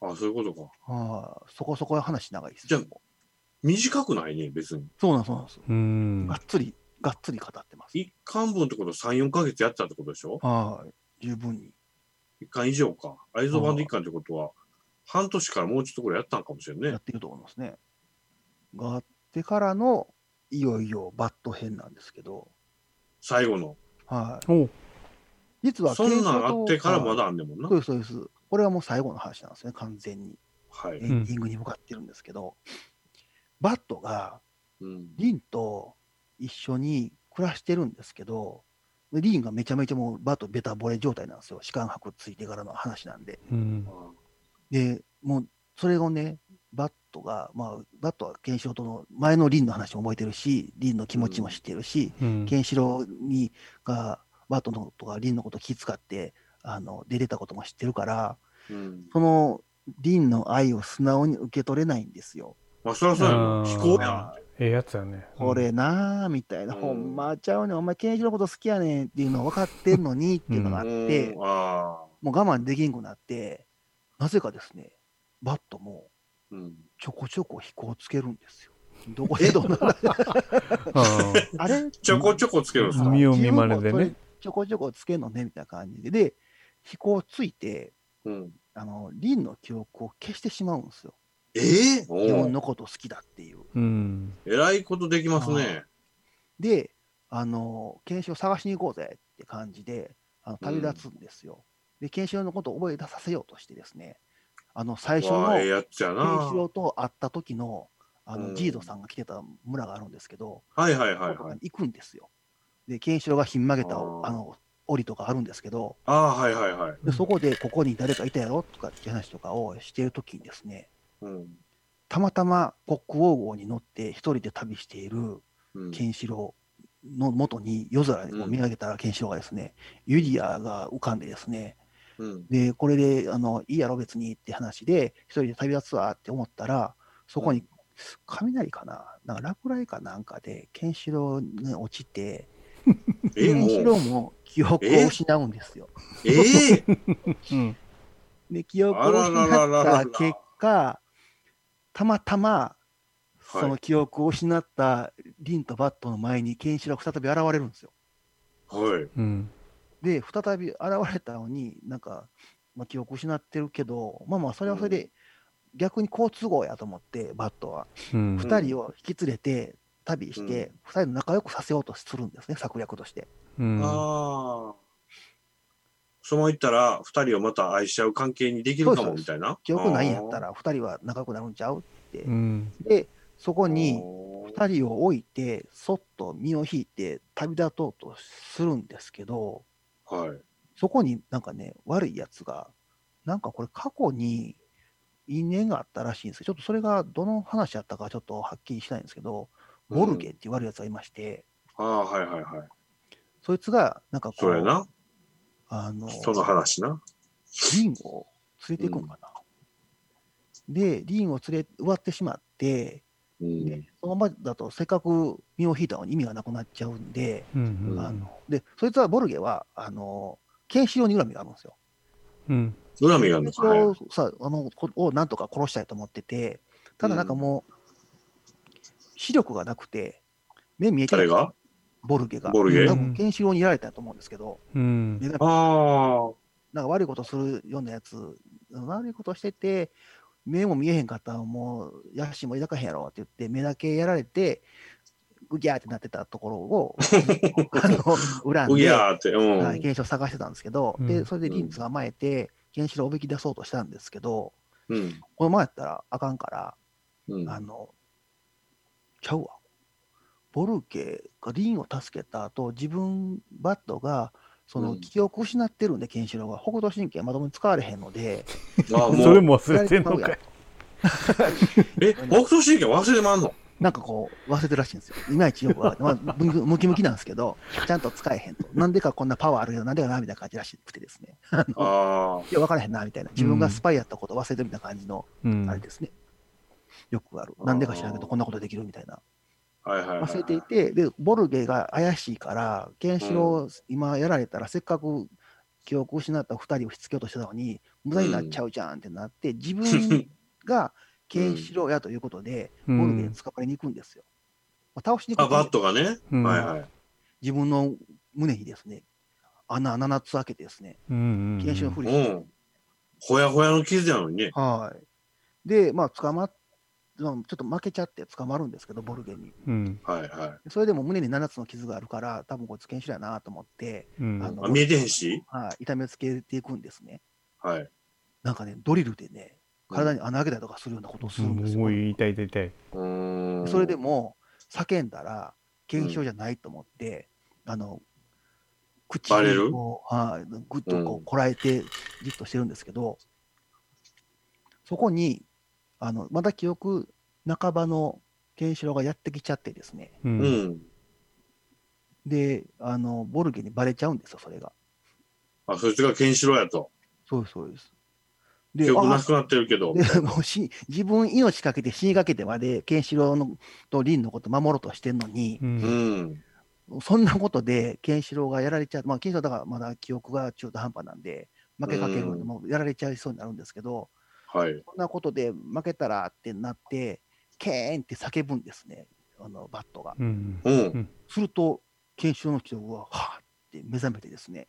S3: あ、そういうことか。
S2: はい、そこそこ話長いです。
S3: じゃあ短くないね、別に。
S2: そうなんですそうなんです。
S4: うん
S2: がっつり、がっつり語ってます。
S3: 一巻分ってこと3、4ヶ月やってたってことでしょ
S2: はい、十分に。
S3: 一巻以上か。愛蔵版で一巻ってことは、半年からもうちょっとこれやったんかもしれん
S2: や
S3: ね
S2: っ。てると思いますね。があってからの、いよいよバット編なんですけど、
S3: 最後の。
S2: はい。
S4: お
S2: 実は、
S3: そんなんあってからま
S2: だ。
S3: だあんねんもんな
S2: そう。です、そうです。これはもう最後の話なんですね、完全に。
S3: はい
S2: エ。ンディングに向かってるんですけど、バットが
S3: うん
S2: リンと一緒に暮らしてるんですけど、でリンがめちゃめちゃもうバットベタボレ状態なんですよ。士官博ついてからの話なんで。
S4: うん
S3: あ
S2: で、もう、それをね、バットが、まあ、バットはケンシロウとの前のリンの話も覚えてるし、リンの気持ちも知ってるし、
S4: うん
S2: ケンシロウにが、バットのことかリンのこと気遣って、あの、出てたことも知ってるから、
S3: うん
S2: その、リンの愛を素直に受け取れないんですよ。
S3: まあ、そりゃそうや
S4: あ
S3: な。
S4: ー
S3: 飛行やん。
S4: ええやつやね
S2: これなあみたいな、
S3: うん
S2: ほんまちゃうねん、お前、ケンシロウのこと好きやねんっていうの分かってんのにっていうのがあって、
S3: うんああ。
S2: もう我慢できんくなって、なぜかですね、バットも
S3: うん。
S2: ちょこちょこ飛行つけるんですよ。どこでどんな
S4: [laughs] あ
S2: あれ
S3: ちょこちょこつけるんです
S4: う
S3: か
S4: ん見よう見まね
S2: 自
S4: でね。
S2: 分もそれちょこちょこつけんのねみたいな感じで、で、飛行ついて、
S3: うん。
S2: あの、リンの記憶を消してしまうんですよ。
S3: ええ
S2: 自
S3: お
S2: 分
S3: う
S2: のこと好きだっていう。
S4: ーうん
S3: えらいことできますね。
S2: で、あの、検証探しに行こうぜって感じで、あの旅立つんですよ。で、ケンシロウのことを覚え出させようとしてですね、あの、最初
S3: わ
S2: の
S3: あええ
S2: ケン
S3: やっちゃな。
S2: シロウと会った時の、あ
S3: う
S2: の、
S3: ん
S2: ジードさんが来てた村があるんですけど、
S3: はいはいはい
S2: そこ
S3: は
S2: に
S3: い。
S2: 行くんですよ。で、ケンシロウがひん曲げた、
S3: あ
S2: あ
S3: ー
S2: の、檻とかあるんですけど、
S3: ああ、はいはいはい。
S2: でそこで、ここに誰かいたやろとかって話とかをしてる時にですね、
S3: うん。
S2: たまたま国王号に乗って一人で旅している
S3: うん、
S2: ケンシロウの元に夜空でこう見上げたらケンシロウがですね、ユリアが浮かんでですね、
S3: うん。
S2: で、これであのいいやろ別にって話で、一人で旅立つわって思ったら、そこに雷かな、なんか落雷かなんかでケンシロウが落ちて、ケ
S3: え、も
S2: ンシロ
S3: う。
S2: ウも記憶を失うんですよ。
S3: ええ
S4: うん
S2: で、記憶を失った結果、たまたま、
S3: はい
S2: その記憶を失ったリンとバットの前にケンシロウが再び現れるんですよ。
S3: はい。
S4: うん
S2: で、再び現れたのに、なんか、まあ、記憶失ってるけど、まあまあ、それはそれで、逆に好都合やと思って、バットは。
S4: うん
S2: 二人を引き連れて、旅して、二人の仲良くさせようとするんですね、策略として。
S4: うん
S3: ああ。そのまま行ったら、二人をまた愛し合う関係にできるか
S2: そう
S3: も
S2: です
S3: みたいな。
S2: 記憶ないんやった
S3: ら。
S2: ら、二人は仲良くなるんちゃう
S4: うん
S2: で、そこに、
S3: 二
S2: 二人を置いて、そっと身を引いて旅立とうとするんですけど、
S3: 人。はい。
S2: そこになんかね、悪いやつが、なんかこれ過去に因縁があったらしいんですけど、ちょっとそれがどの話やったかちょっとはっきりしないんですけど、ボルゲっていう悪いやつがいまして、
S3: ああ、はいはいはい。
S2: そいつがなんかこ、
S3: そううやな。
S2: あの、
S3: 人の話な。
S2: リンを連れていくんかな。で、リンを連れ、奪ってしまって、
S3: うん。
S2: でそのままだとせっかく身を引いたのに意味がなくなっちゃうんで、
S4: うんうん
S2: あので、そいつはボルゲは、あの、ケンシロウに恨みがあるんですよ。
S4: うん
S3: 恨みがあ
S2: ケ
S3: るの
S2: ンシ
S3: か。はい
S2: ロウさ、あの、こをなんとか殺したいと思ってて、ただなんかもう、視力がなくて、目見えてない
S3: 誰が
S2: ボルゲが。
S3: ボルゲ
S2: 多分ケンシロウにやられたと思うんですけど、
S4: うん
S2: 目が
S3: ああ。
S2: なんか悪いことするようなやつ、悪いことしてて、目も見えへんかったらもう、野心も抱かへんやろって言って、目だけやられて、ぐぎゃーってなってたところ
S3: [laughs]
S2: を、あの、恨ん
S3: うぎ
S2: で、
S3: ゃーって。うん。
S2: はい、現象を探してたんですけど、
S4: うん
S2: でそれでリンツが甘えて、原子炉をおびき出そうとしたんですけど、
S3: うん。
S2: このままやったらあかんから、
S3: うん。
S2: あの、ちゃうわ。ボルケがリンを助けた後、自分、バットが、そうの
S3: ん
S2: 記憶を失ってるんで、ケンシロウが、北斗神経まともに使われへんので、
S3: ああ、も
S4: [laughs] そうれ。も忘れてんの
S2: や
S4: から
S2: れ
S4: い
S3: え、北斗神拳忘れてまんの
S2: なんかこう、忘れてるらしいんですよ。いまいちよくわかんない、まあ、ムキムキムキなんですけど、ちゃんと使えへんと。なんでかこんなパワーあるよ、なんでかな、みたいな感じらしくてですね。
S3: ああ。
S2: いや、わからへんな、みたいな。自分がスパイやったこと忘れてるみたいな感じの
S4: うん
S2: あれですね。よくある。なんでか知らんけど、こんなことできるみたいな。
S3: はいはいはいはい。
S2: 忘れていて、で、ボルゲが怪しいから、ケンシロウ、今やられたら、せっかく記憶を失った2人を引きつけようとしてたのに、無駄になっちゃうじゃんってなって、自分がケンシロウやということで、
S4: うん
S2: ボルゲに使われに行くんですよ。まあ、倒しに行
S3: あ、
S2: くんですよ
S3: バットがね。
S4: うん
S3: はいはい。
S2: 自分の胸にですね、穴7つ開けてですね、
S4: うん
S2: ケンシロウのふり
S3: う
S2: して、
S3: ん。ほやほやの傷やのにね。
S2: はい。で、まあ、捕まっ、まあちょっと負けちゃって捕まるんですけど、ボルゲに。
S4: うん
S3: はいは
S2: それでも胸に7つの傷があるから、多分こいつ剣士だなと思って、
S4: うん
S2: あ
S3: い。
S2: の
S3: あ、見えてへんし。
S2: はい、痛めつけていくんですね。
S3: はい。
S2: なんかね、ドリルでね、体に穴開けたりとかするようなことをするんです
S4: す
S2: よ。
S4: ごい痛い痛い痛い
S3: うん。
S2: それでも、叫んだら、検証じゃないと思って、あの、口
S3: バレる
S2: をはいぐっとこ
S3: うん
S2: うこらえて、じっとしてるんですけど、そこに、あの、まだ記憶半ばのケンシロウがやってきちゃってですね、
S4: う
S3: うんん。
S2: で、あの、ボルゲにバレちゃうんですよ、それが。
S3: あ、そいつがケンシロウやと。
S2: そうです、そうです。で、
S3: 記憶な
S2: あ
S3: くなってるけど。
S2: でもうし自分命かけて死にかけてまで、ケンシロウのとリンのこと守ろうとしてんのに、
S4: う
S3: うんん。
S2: そんなことでケンシロウがやられちゃう、まあ、ケンシロウだからまだ記憶が中途半端なんで、負けかけるので、
S3: うん
S2: もうやられちゃいそうになるんですけど、
S3: はい。
S2: そんなことで負けたらってなって、ケーンって叫ぶんですね、あのバットが。
S4: うん
S3: うん。
S2: すると、ケンシロウの記憶は、はぁって目覚めてですね、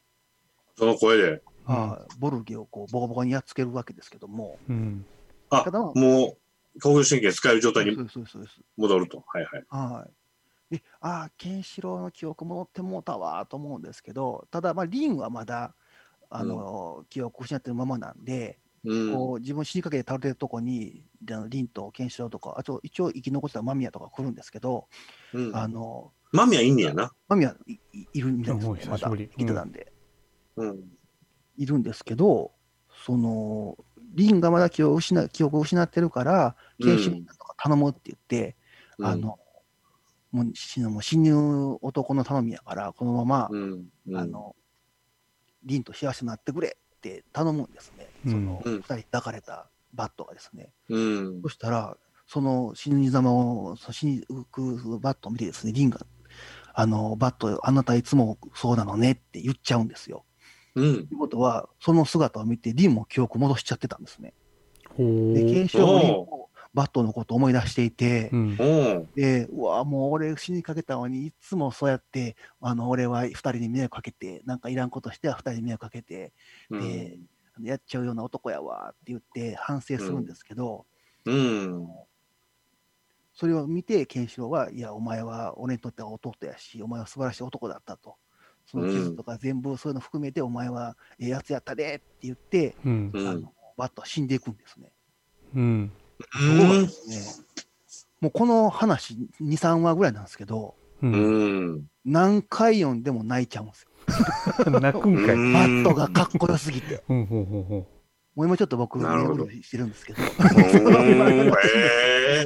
S3: その声で。
S2: あーボルゲをこうボコボコにやっつけるわけですけども、
S4: うん
S3: あ
S2: ただまあ、
S3: もう、交感神経使える状
S2: そう
S3: 態
S2: で
S3: に
S2: す、そうですそうです。
S3: 戻ると。はいはい。
S2: はい。で、ああ、ケンシロウの記憶戻ってもうたわーと思うんですけど、ただ、まあ、リンはまだ、あの、記憶を失ってるままなんで、
S3: うん。
S2: こう自分死にかけて倒れてるとこに、あの凛とケンシロウとか、あと一応生き残ってた間宮とか来るんですけど、
S3: うん。
S2: あの
S3: マミヤいんねやな。
S2: 間宮いいいるみたいです、
S4: もう
S2: ね、ま
S4: 久したぶ
S2: 生
S4: り
S2: きてたんで、
S3: うん。
S2: いるんですけど、その凛がまだ記憶を失記憶を失ってるから、ケンシロウとか頼もうって言って、
S3: うん
S2: あ、の、もう死ぬ、もう死ぬ男の頼みやから、このまま、
S3: うん。うん
S2: あ、の、凛と幸せになってくれって頼むんですね。
S4: うん
S2: その、
S3: う
S2: 二、
S3: ん
S2: 人抱かれたバットがですね。
S3: うん
S2: そ。したら、その死に様を、その死に浮くバットを見てですね、凛が、あの、バット、あなたいつもそうなのねって言っちゃうんですよ。
S3: うん
S2: ということは、その姿を見て、凛も記憶戻しちゃってたんですね。
S4: ほ
S2: で、
S4: う
S2: 検証も凛もバットのことを思い出していて、
S4: うん
S3: うん。
S2: で、うわもう俺死にかけたのに、いつもそうやって、あの、俺は二人に迷惑かけて、なんかいらんことしては二人に迷惑かけて、であのやっちゃうような男やわって言って反省するんですけど、
S3: うん。
S2: それを見て、ケンシロウは、いや、お前は俺にとっては弟やし、お前は素晴らしい男だったと。その傷とか全部そういうの含めて、お前はええやつやったでって言って、
S4: うん
S3: うん
S2: あのバットは死んでいくんですね。
S4: うん
S2: ところが
S3: う
S2: で
S3: ん。
S2: すねもうこの話、2、3話ぐらいなんですけど、
S4: う
S3: うんん。
S2: 何回読んでも泣いちゃうんですよ
S4: 泣くんかい
S3: うん
S2: バットがかっこよすぎ
S3: [laughs]
S2: て、
S4: うんほうほうほ
S2: もう今ちょっと僕、
S3: なるほど
S2: うろうろしてるんですけど、思い
S3: うんえー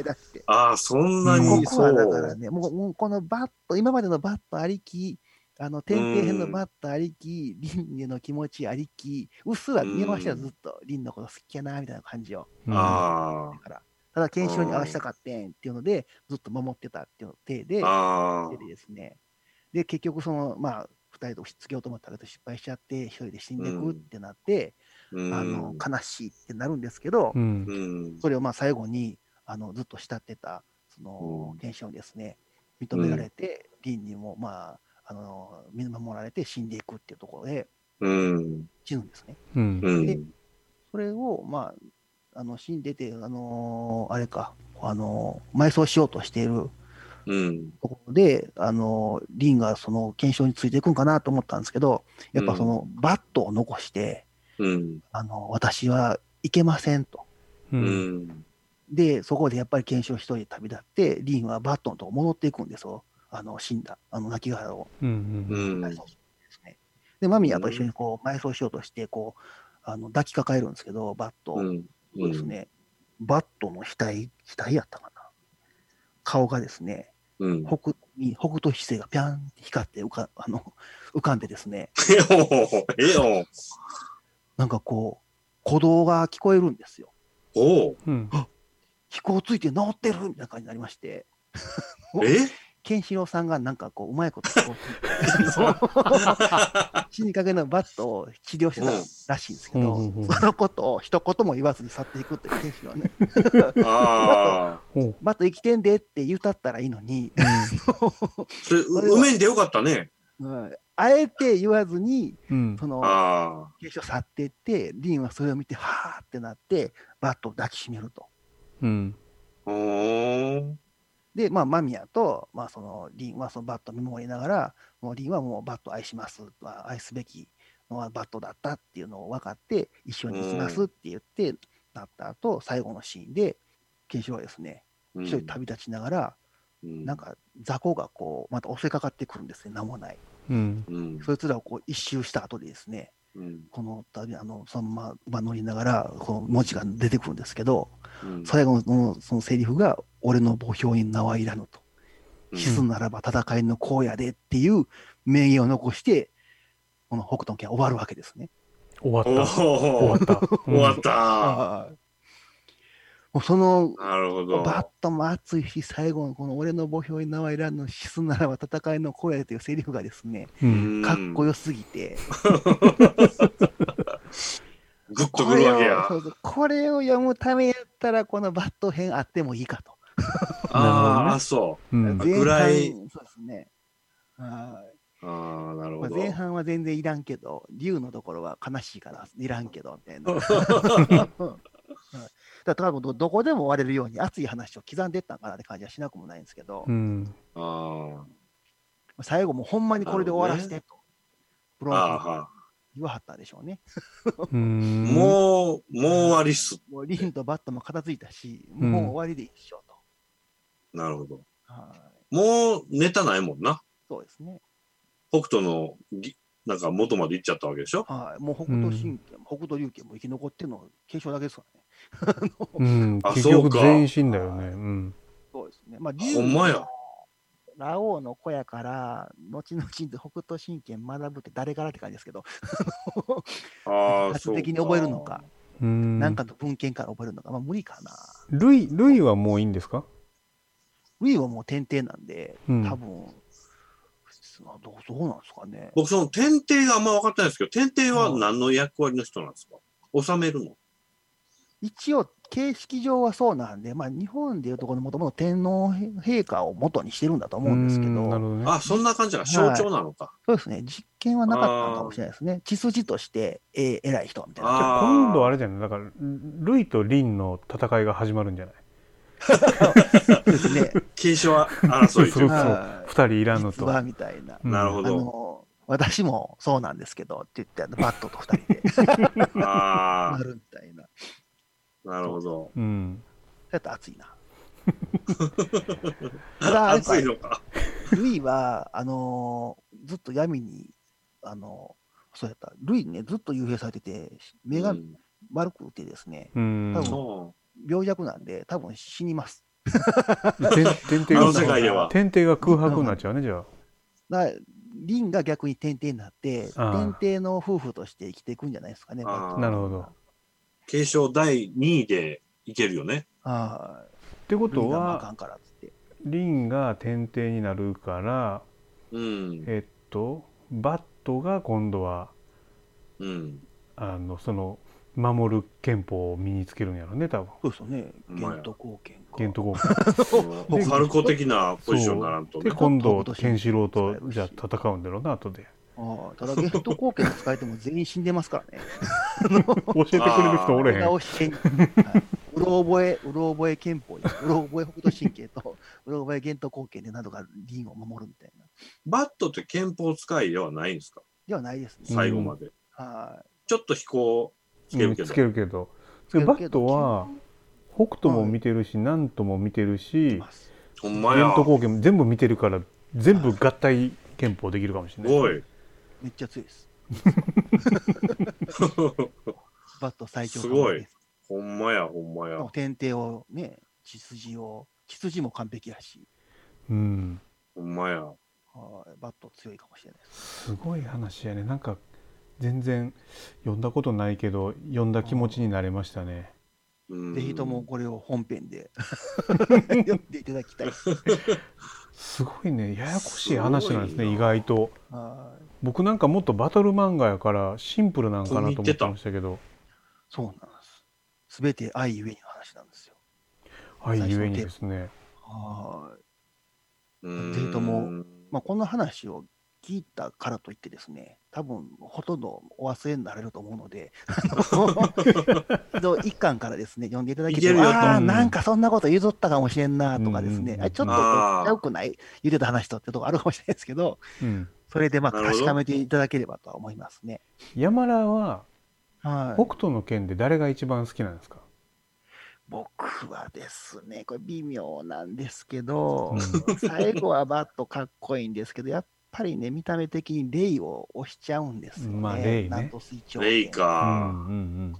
S2: 出して
S3: ああ、そんな
S2: [laughs] こ
S3: に
S2: こ
S3: そ
S2: はだから
S3: う。
S2: ね、もうもうこのバット、今までのバットありき、あの天平編のバットありき、リンへの気持ちありき、うっすら見えましたよ、
S3: うん
S2: ずっと、リンのこと好きやな、みたいな感じを。
S4: う
S3: あ
S2: だからただ、ケンシロウに合わせたかってんっていうので、ずっと守ってたっていうの体で、
S3: あ。ああ
S2: で。ですね、で、結局、その、まあ、2人とつけようと思ったけど、失敗しちゃって、一人で死んでくってなって、
S3: うん
S2: あの悲しいってなるんですけど、
S4: うん
S3: うん。
S2: それをまあ最後にあのずっと慕ってたその
S3: うん
S2: 現象にですね認められて、リンにもまああの見守られて死んでいくっていうところで
S3: うん。
S2: 死ぬんですね。
S4: うん
S3: う
S2: で
S3: ん。
S2: それをまああの死んでてあのーあれかあのー埋葬しようとしている
S3: うん。
S2: ところであのーリンがその検証についていくんかなと思ったんですけどやっぱそのバットを残して、
S3: うん。
S2: あの私はいけませんと。
S4: う
S3: うんん。
S2: で、そこでやっぱり検証一人で旅立って、リンはバットンとこ戻っていくんですよ。あの、死んだ、あの、亡骸を
S4: うんう
S3: うんん。
S2: 埋葬するんですね。で、マミーやっぱ一緒にこう、埋葬しようとして、こう、あの抱きかかえるんですけど、バット
S3: う
S2: を。
S3: ん。
S2: そうですね。バットの額、額やったかな。顔がですね、
S3: うん。
S2: 北に、北斗七星がぴゃんって光って浮か、あの、浮かんでですね、
S3: えよ、えよ、
S2: なんかこう、鼓動が聞こえるんですよ。
S3: おう、
S4: うん
S2: 飛行ついて治ってるみたいな感じになりまして、
S3: え
S2: ケンシロウさんがなんかこう、うまいことこうそう [laughs] 死にかけのバットを治療してたらしいんですけど、
S4: うんうんうん
S2: そのことを一言も言わずに去っていくっていうケンシロウね、
S3: ああ、
S4: ほう
S2: バット生きてんでって言うたったらいいのに、
S3: それ、うめんでよかったね。
S2: うんあえて言わずに、
S4: うん
S2: その、
S3: あ
S2: ケンシロウ去っていって、リンはそれを見て、はーってなって、バットを抱きしめると。
S4: うん
S3: あ、お
S2: で、まあ、マミヤと、まあ、その、リンはそのバットを見守りながら、もうリンはもうバットを愛します、まあ愛すべきのはバットだったっていうのを分かって、一緒に行きますって言って、なった後、最後のシーンで、ケンシロウはですね、
S3: う
S2: 一人旅立ちながら、
S3: な
S2: なん、か雑魚がこう、また襲いかかってくるんですね、名もない。
S4: うん
S3: うん、
S2: そいつらをこう一周した後でですね、
S3: うん、
S2: この旅、あの、そのまま馬乗りながら、この文字が出てくるんですけど、
S3: うん、
S2: 最後のそのセリフが、俺の墓標に名はいらぬと。死すならば戦いの荒野でっていう名言を残して、この北斗の拳は終わるわけですね。
S4: 終わっ
S3: おお
S4: た終わった
S3: 終わっ
S2: あ
S3: た。
S2: もうその
S3: なるほど。
S2: バットも熱いし、最後のこの俺の墓標に名はいらんの死すならば戦いの荒野でというセリフがですね、
S4: う
S3: うんん
S2: かっこよすぎて、
S3: グッと
S2: こ
S3: くる
S2: れ
S3: わけ
S2: を
S3: や。
S2: そうそうこれを読むためやったら、このバット編あってもいいかと。
S3: ああ、あ、そう
S2: 前
S4: ん
S2: 半、そう
S3: ぐらい。
S2: ですね。はいう
S3: ああ、なる
S2: ま
S3: ほ
S2: あ、
S3: ど。
S2: 前半は全然いらんけど、竜のところは悲しいからいらんけど、みたいな。うんだから多分どどこでも終われるように熱い話を刻んでったんかなって感じはしなくもないんですけど、
S4: うん
S3: あ
S2: 最後もうほんまにこれで終わらせてと。プ
S3: あ、
S2: ロ
S3: あ
S2: ン
S3: あ、
S2: 言わはったんでしょうね。
S4: も
S3: もう、もう終わりっす。
S2: もうリンとバットも片付いたし、
S4: うん
S2: もう終わりで一緒と。
S3: なるほど。
S2: はい。
S3: もうネタないもんな。
S2: そうですね。
S3: 北斗のぎ、なんか元まで行っちゃったわけでしょ
S2: はい。もう北斗神拳、北斗龍拳も生き残ってるのは継承だけですからね。
S4: う、うん、
S3: あ
S4: 結
S3: そう
S4: 局
S3: か
S4: 全員死んだよね。うん。
S2: そうですね。まあ、
S3: ほんまや。
S2: ラオウの子やから、後々に北斗神拳学ぶって誰からって感じですけど、
S3: ああ、
S2: 発
S3: そう。
S2: 的に覚えるのか。、
S4: うん
S2: なんかの文献から覚えるのか、まあ無理かな。
S4: ルイ、ルイはもういいんですか
S2: ルイはもう点々なんで、
S4: うん
S2: 多分、どうどうなんですかね。
S3: 僕、その天帝があんま分かってないんですけど、天帝は何の役割の人なんですか収めるの
S2: 一応、形式上はそうなんで、まあ、日本でいうところのもともと天皇陛下を元にしてるんだと思うんですけど、
S4: なるほどね。
S3: あ、そんな感じが象徴なのか。
S2: そうですね、実験はなかったのかもしれないですね。血筋として、えー偉い人みたいな。
S3: あー
S4: 今度あれじゃないだから、ルイとリンの戦いが始まるんじゃない
S2: そうです
S4: [laughs]
S2: ね。
S3: 継承は争いという
S4: そう
S3: か。
S2: は
S4: 二人いらんの
S2: 実
S4: と。
S2: はみたいな。
S4: うん
S3: なる
S2: あ
S3: ほど。
S2: の、私もそうなんですけどって言って、あのバットと二人で
S3: [laughs] あ
S2: なるみたいな。
S3: あ、なるほど。
S4: うん。
S2: だったら熱いな。ただ、あれか
S3: 熱いのか。
S2: ルイは、あのーずっと闇に、あのーそうやった。ルイね、ずっと幽閉されてて、目が
S3: うん
S2: 悪くてですね、
S4: うん。
S2: 多分
S3: そ
S2: 病弱なんで、多分死にます。
S4: 天天帝
S3: う。あの
S4: が
S3: 世界では。
S4: 天帝が空白になっちゃうね、じゃあ。
S2: だからリンが逆に天帝になって、
S4: あー
S2: 天帝の夫婦として生きていくんじゃないですかね。
S3: あー
S4: なるほど。
S3: 継承第2位でいけるよね。
S2: あ
S4: ってこ
S2: ール
S4: と
S2: イがまああ
S4: は、
S2: かんからっつって。
S4: リンが天帝になるから、
S3: うん。
S4: えっと、バットが今度は、
S3: うん。
S4: あの、その、守る憲法を身につけるんやろね、多分。
S2: そうですよね。
S3: ほんまや
S2: 玄徳貢献か。
S4: ゲント
S3: ファルコ的なポジションにならんと
S4: で
S3: ね。
S4: 今度ケンシロウとじゃあ戦うんだろうな後で
S2: ああただゲット貢献使えても全員死んでますからね。
S4: 教えてくれる人お
S2: こ
S4: れへ
S2: れ
S4: ん
S2: がお
S3: [laughs]
S2: してん、はい、うろ覚え、うろ覚え憲法に、うろ覚え北斗神経と、 [laughs] うろ覚え玄徳貢献でなどが輪を守るみたいな。
S3: バットって憲法使いではないんですか
S2: ではないですね。
S3: 最後まで。
S2: は
S3: ちょっと飛行つけ
S4: う
S3: る
S4: ん
S3: けど。
S4: つけるけど
S2: つけるけど
S4: バットは北斗も見てるし南斗も見てる
S2: い。い
S4: し
S2: ます
S3: ほん
S4: ゲ
S3: まや
S4: ン。ト貢献も全部見てるから全部合体憲法できるかもし
S3: す
S4: れない
S3: ごい。 [laughs]
S2: めっちゃ強いです。バット最強
S3: すごい
S2: です。
S3: ほんまや、ほんまや
S2: もう。天帝をね、血筋を、血筋も完璧やし、
S4: うん
S3: ほんまや。
S2: はいバット強いかもしれないです。
S4: すごい話やねなんか全然読んだことないけど読んだ気持ちになれましたね
S3: うん
S2: ぜひとも。これを本編
S3: [laughs]
S2: で読んでいただきたい。
S4: すごいねややこしい話なんです
S3: す
S4: ね
S3: ごいな
S4: 意外と
S2: はい
S4: 僕なんかもっとバトル漫画やからシンプルなんかなと思ってましたけど
S2: そうなんです。すべて愛ゆえにの話なんですよ。
S4: はいゆえにですね
S2: は
S3: うん
S2: ぜひとも。い。まあ、この話を聞いたからといってですね、多分ほとんどお忘れになれると思うの
S4: [laughs]
S2: で、あの一度一巻からですね、読んでいただけ
S3: い
S2: て
S3: けるよと
S2: ああ、なんかそんなこと譲ったかもしれんなとかです
S4: う
S2: ね
S4: ん、
S2: あちょっとこ
S3: あー
S2: れ違うくない言ってた話とってとこあるかもしれないですけど、
S4: うん
S2: それでまあ
S3: なるほど
S2: 確かめていただければとは思いますね。
S4: 山田は
S2: はい、
S4: 北斗の拳で誰が一番好きなんですか、
S2: 僕はですね、これ微妙なんですけど、
S4: う
S2: 最後はバットかっこいいんですけど、やっぱりね、見た目的にレイを押しちゃうんですよね。
S4: まあレイね
S2: なんと水長
S3: レイ。か。
S4: んうん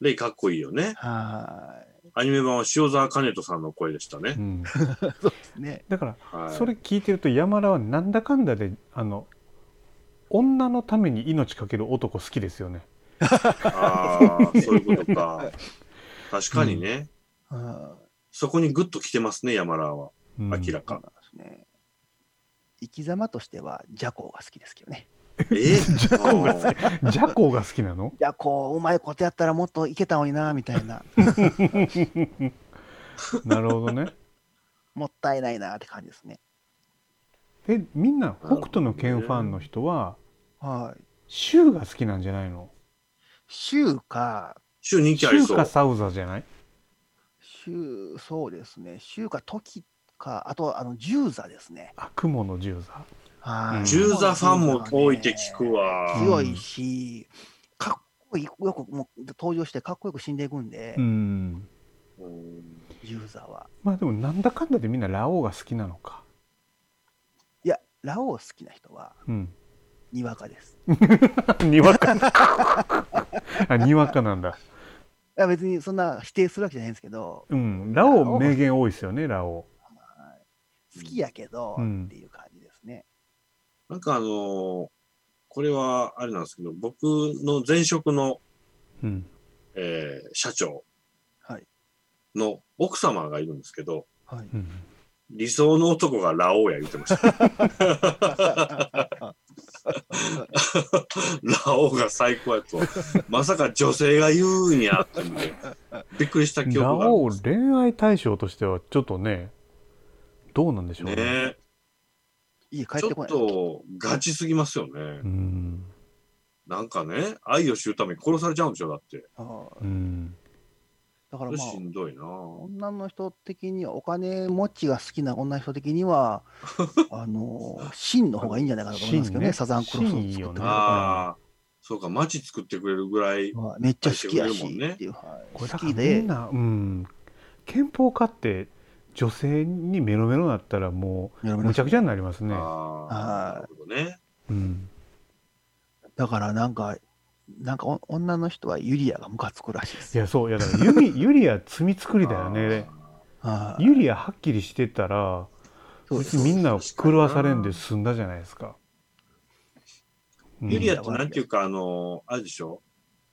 S3: レイかっこいいよね。
S2: は
S4: [laughs]
S3: アニメ版は塩沢兼人さんの声でしたね
S4: う。んうん、
S2: い。そうですね。
S4: [laughs] だから
S3: はい。
S4: それ聞いてると山田はなんだかんだであの女のために命かける男好きですよね
S3: ああ、そういうことか。確かにね。
S2: は
S3: そこにグッと来てますね、山田は。
S4: うん
S3: 明ら
S2: い。そう
S3: か。
S2: なんですね。生き様としては、ジャコウが好きですけどね。
S3: えジャコが好き。
S4: ジャコが好きなの [laughs]
S2: ジャコウ、うまいことやったらもっといけたのにな、みたいな。
S4: なるほどね
S2: もったいないなって感じですね。
S4: えみんな北斗の拳ファンの人は
S2: はい。
S4: シュウが好きなんじゃないの
S2: シュウか、
S3: 週人
S4: シ
S3: 気あり
S4: ュウ
S3: そ
S4: か
S3: う。
S4: サウザーじゃない
S2: 週、そうですね、週か時か、あとあの十座ですね。
S4: あ雲の十座
S2: はい
S4: うん
S3: 十座ファンも多いって聞くわ。
S2: 強いし、かっこいい、よくもう登場してかっこよく死んでいくんで
S4: う、ん
S3: うん
S2: ユーザーは。
S4: まあでもなんだかんだでみんなラオウが好きなのか
S2: いや、ラオウ好きな人は、
S4: うん [laughs]
S2: にわかです。
S4: にわか [laughs] あにわかなんだ
S2: いや、別にそんな否定するわけじゃないんですけど、
S4: うんラオウ名言多いですよねラオ
S2: 好きやけど、
S4: うん
S2: っていう感じですね。
S3: なんかあのーこれはあれなんですけど、僕の前職の、
S4: ウうん。
S3: えー社長
S2: はい。
S3: の奥様がいるんですけど、
S2: [laughs] はい
S4: うん
S3: 理想の男がラオウや言ってました。ラオウが最高やと。まさか女性が言うんやって思ってびっくりした記
S4: ラ
S3: 憶がある
S4: オ
S3: ん
S4: ウ
S3: です。
S4: 恋愛対象としてはちょっとねどうなんでしょう
S3: ね
S4: ね
S3: え
S2: いい、帰っ
S3: ち
S2: て
S3: ょ
S2: こ
S3: っ
S2: ない。
S3: とガチすぎますよね
S4: う。ん
S3: なんかね、愛を知るために殺されちゃうんでしょ、だって。
S2: ああ
S4: うん
S2: だか
S3: そ
S2: ら
S3: れ
S2: まあ
S3: し、んどいな
S2: 女の人的には、お金持ちが好きな女の人的に
S4: [laughs]
S2: は、あの、シンの方がいいんじゃないかなと思いますけどね、
S4: シンね
S2: サザンクロスを作って
S4: シンいいよ
S2: くれ
S4: ね
S2: る
S3: ああ、そうか、街作ってくれるぐらい。
S2: まあめっちゃ好きやしっていう、はい
S4: こ
S2: 好
S4: れだから
S2: き
S4: み
S2: で
S4: ん、な、うん、憲法家って女性にメロメロだったらも
S2: や
S4: う
S2: めな
S4: むち
S2: さ
S4: ゃ
S2: い
S4: くちゃになりますね。
S3: ああ、なるほどね。
S4: うん、
S2: だからなんか、なんかお女の人はユリアがムカつくらしいです
S4: い
S2: よ。
S4: やそういやだからユリ [laughs] ユリア罪作りだよね。
S2: はい
S4: ユリアはっきりしてたら
S2: そうです
S4: 別にみんな狂わされんで済んだじゃないですか。
S3: あーユリ
S4: ア
S3: アってなんていうか、あの、あれでしょ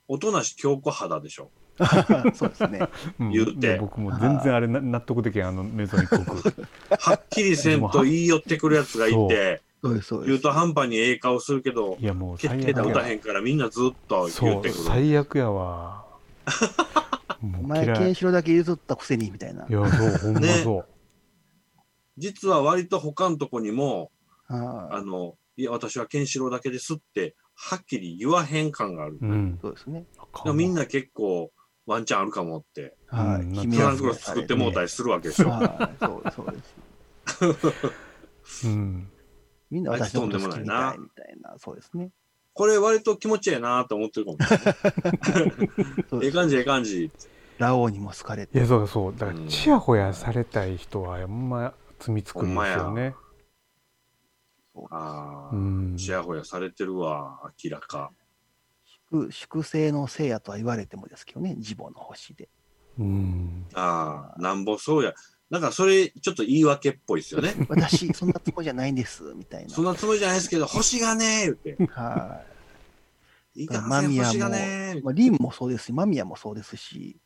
S3: おとなし強固肌でしょ
S2: [laughs] そうですね。
S3: 言うて
S4: 僕も全然あれな納得できんあのメゾン一国。
S3: [laughs] はっきりせんと言い寄ってくるやつがいて、
S2: そうです、そうで
S3: 中
S2: す。
S3: 途半端にええ顔するけど、
S4: いやもう
S3: 決
S4: 最
S3: 定
S4: 悪
S3: 打
S4: や
S3: たへんからみんなずっと言
S4: そ
S3: っ
S4: う
S3: てくる。
S4: 最悪
S3: [laughs]
S4: やわ。も
S2: お
S4: う
S2: 前、
S4: 嫌い。
S2: ケンシロウだけ譲ったくせにみたいな。
S4: いやそうほんま
S3: ね
S4: そう。
S3: 実は割と他のとこにも、
S2: は
S3: あ
S2: い
S3: の、いや、私はケンシロウだけですって、はっきり言わへん感がある。
S4: うん、
S2: そうですね。
S3: でもみんな結構ワンチャンあるかもって、
S2: は
S4: うん
S2: い。
S3: ト
S4: 見え
S3: ラ
S4: や
S3: ン
S4: す
S3: クロ
S4: く
S3: ス作ってもうたりするわけでしょ。
S2: はい、そうそうです。
S4: うん、
S2: みんな私のこと好きみたいみたいな、そうですね。
S3: これ割と気持ちええなと思ってるかもしれない。
S2: そう
S3: え
S2: で
S3: え
S2: す
S3: 感じええ感じ。
S2: ラオウにも好かれ
S4: い
S2: て。
S4: やそうそうだか
S3: う
S4: ら
S3: ん
S4: ちやほやされたい人はあんま罪作りですよね。
S2: そう
S3: ああ、
S4: うん、
S3: ちやほやされてるわ、明らか。
S2: 粛粛清の聖やとは言われてもですけどね、ジボの星で。
S4: うん、
S3: ああ、なんぼそうや。なんかそれ、ちょっと言い訳っぽいですよね。
S2: 私、そんなつもりじゃないんです、みたいな
S3: [laughs] そん。なつもりじゃない [laughs] ですけど、星がねー言って。
S2: はいい。
S3: か
S2: マ
S3: んせん
S2: ミヤ
S3: 星が
S2: も
S3: ねー、
S2: まあ、リンもそうですし、マミヤもそうですし、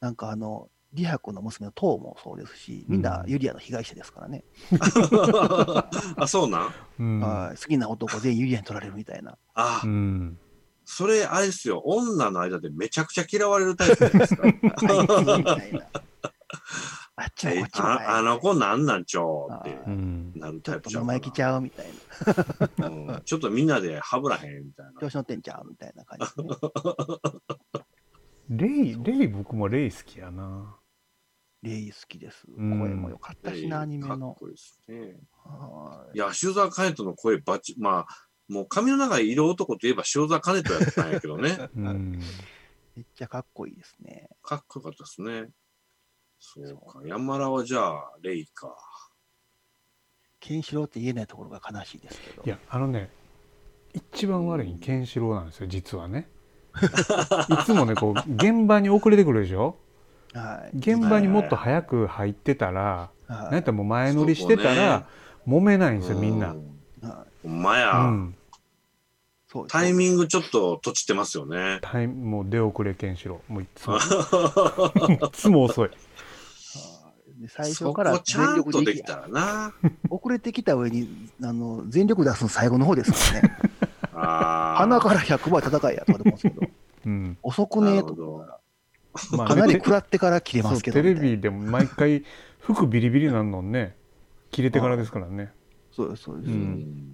S2: なんかあの、リハクの娘のトウもそうですし、みんなユリアの被害者ですからね。
S3: [laughs] あ、そうなん
S4: うん、
S2: はい好きな男全員ユリアに取られるみたい
S3: [laughs]
S2: な。
S3: あ、
S4: うん、
S3: それ、あれですよ。女の間でめちゃくちゃ嫌われるタイプじゃ [laughs] ないですか。
S2: あいつみたいな。あっちもこ
S3: え
S2: っちもない
S3: ああの子なんなんちょーっ
S2: あ
S3: て
S4: うん、
S3: なる
S2: ち
S3: タ
S2: ょ
S3: イ
S2: っ
S3: プ
S2: と
S3: ちゃう
S2: 生
S3: か
S2: 意気ち
S3: な
S2: ゃうみたいな。
S3: うんちょっとみんなではぶらへんみたいな。
S2: 調子乗ってんちゃうみたいな感じです
S3: [laughs]
S2: ね。
S4: レイレイ僕もレイ好きやな。
S2: レイ好きです。声
S4: ん
S2: も良かったしな、アニメ
S3: かっ
S2: の。
S3: こいいですね。
S2: はい
S3: いや、塩沢兼人の声バチ、まあ、もう髪の長い色男といえば塩沢兼人やったんやけど
S4: [laughs]
S3: ね。
S4: うん、
S2: めっちゃかっこいいですね。
S3: かっこよかったですね。そう
S2: そ
S3: か。山田はじゃあ、レイか。
S2: ケンシロウって言えないところが悲しいですけど。
S4: いやあのね一番悪いんケンシロウなんですよ実
S2: [laughs]
S4: はね。いつもねこう現場に遅れてくるでしょ
S2: はい。
S4: 現場にもっと早く入ってたら
S2: は
S4: 何や
S2: い
S4: ったらもう前乗りしてたら揉めないんですよみんな
S3: う。。
S2: はい
S3: ほんまや、
S4: うん
S2: そうです
S3: タイミングちょっととちってますよね。
S4: タイムもう出遅れケンシロウもうい
S2: [laughs]
S4: つもいつも遅い
S2: はいで最初から
S3: そこちゃ
S2: 全
S3: ん
S2: 力
S3: と
S2: で
S3: で
S2: い
S3: き
S2: き
S3: た
S2: ゃ
S3: らな。
S2: 遅れてきた上にあの全力出すの最後の方ですからね
S3: [laughs] あー
S2: 鼻から100倍戦いやとかでもですけ
S3: [laughs]
S2: ど
S4: うん
S2: 遅くねえ
S3: な
S2: と
S3: るほど
S4: ま
S2: かなり
S4: て
S2: 食らってから切れますけど
S4: そうテレ
S2: みたいな
S4: ビでも毎回服ビリビリなんのね切れてからですからね
S2: そうですそうです、
S4: う
S3: うん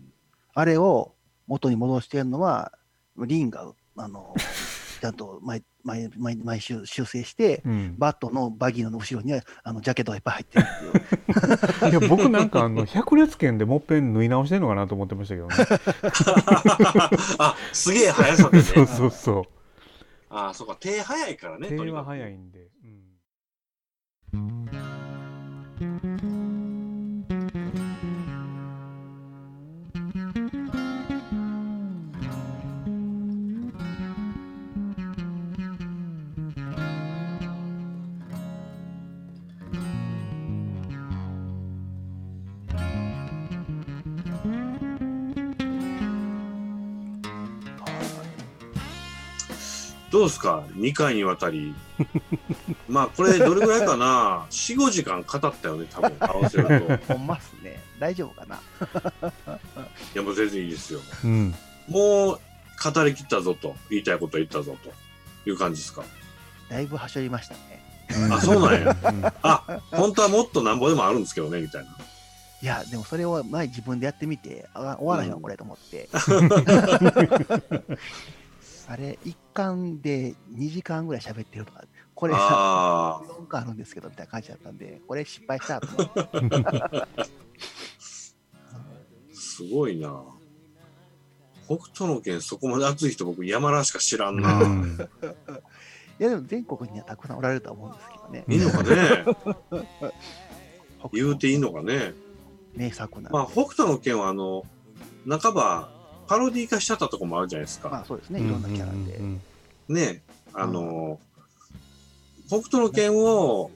S3: ん [laughs]
S2: [laughs] あれを元に戻してるのはリンがあのちゃんと毎毎毎毎週修正して、
S4: うん、
S2: バットのバギーの後ろにはあのジャケットがいっぱい入ってるっていう。
S4: いや僕なんかあの百裂拳でもっぺん縫い直してんのかなと思ってましたけどね
S3: あ、すげえ速さでね。
S4: [laughs] そうそうそう
S3: ああ、そうか、手早いからね。
S4: 手は早
S3: い。
S4: いんで、うん
S3: どうですか ?2 回にわたり。まあ、これ、どれぐらいかな ?4、5時間語ったよね、多分、合わせると。い
S2: [laughs] ほんまっすね。大丈夫かな。
S3: や、もう全然いいですよ。
S4: うん、
S3: もう、語り切ったぞと、言いたいこと言ったぞという感じですか。
S2: だいぶはしょりましたね。
S3: あそうなんや
S4: や、
S3: あ、本当はもっとなんぼでもあるんですけどね、みたいな。
S2: いや、でもそれを前自分でやってみて、あ終わらへんわ、これと思って。あれ、一巻で2時間ぐらい喋ってるとか、これさ、
S3: ああ、
S2: 4巻あるんですけどみたいな感じだったんで、これ失敗したと思って。
S3: すごいな。北斗の県、そこまで熱い人、僕、山田しか知らん
S4: う
S3: な。
S4: ん、
S2: いや、でも全国にはたくさんおられるとは思うんですけどね。
S3: いいのかね
S2: 北斗
S3: 言うていいのかね
S2: 名作なんで。
S3: まあ、北斗の拳はあの半ばパロディ化しちゃったとこもあるじゃないですか、
S2: まあそうですね、いろんなキャラで。
S4: うん
S3: ねあの、北斗の拳を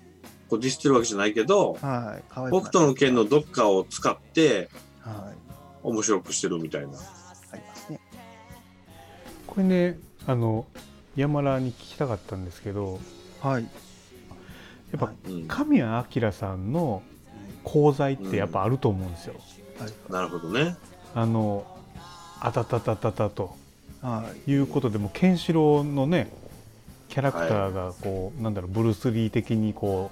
S3: こうディスってるわけじゃないけど
S2: はい、可愛くなっ
S3: 北
S2: て
S3: 斗の拳のどっかを使って
S2: はい、
S3: 面白くしてるみたいな
S2: ありますね。
S4: これねあの山田に聞きたかったんですけど
S2: はい。
S4: やっぱ
S2: はい
S3: うん、
S4: 神谷明さんの功罪ってやっぱあると思うんですよ、
S3: なるほどね
S4: あのあたたたたたと
S2: はい。
S4: いうことでもうケンシロウのねキャラクターがこう、なんだろうブルース・リー的にこ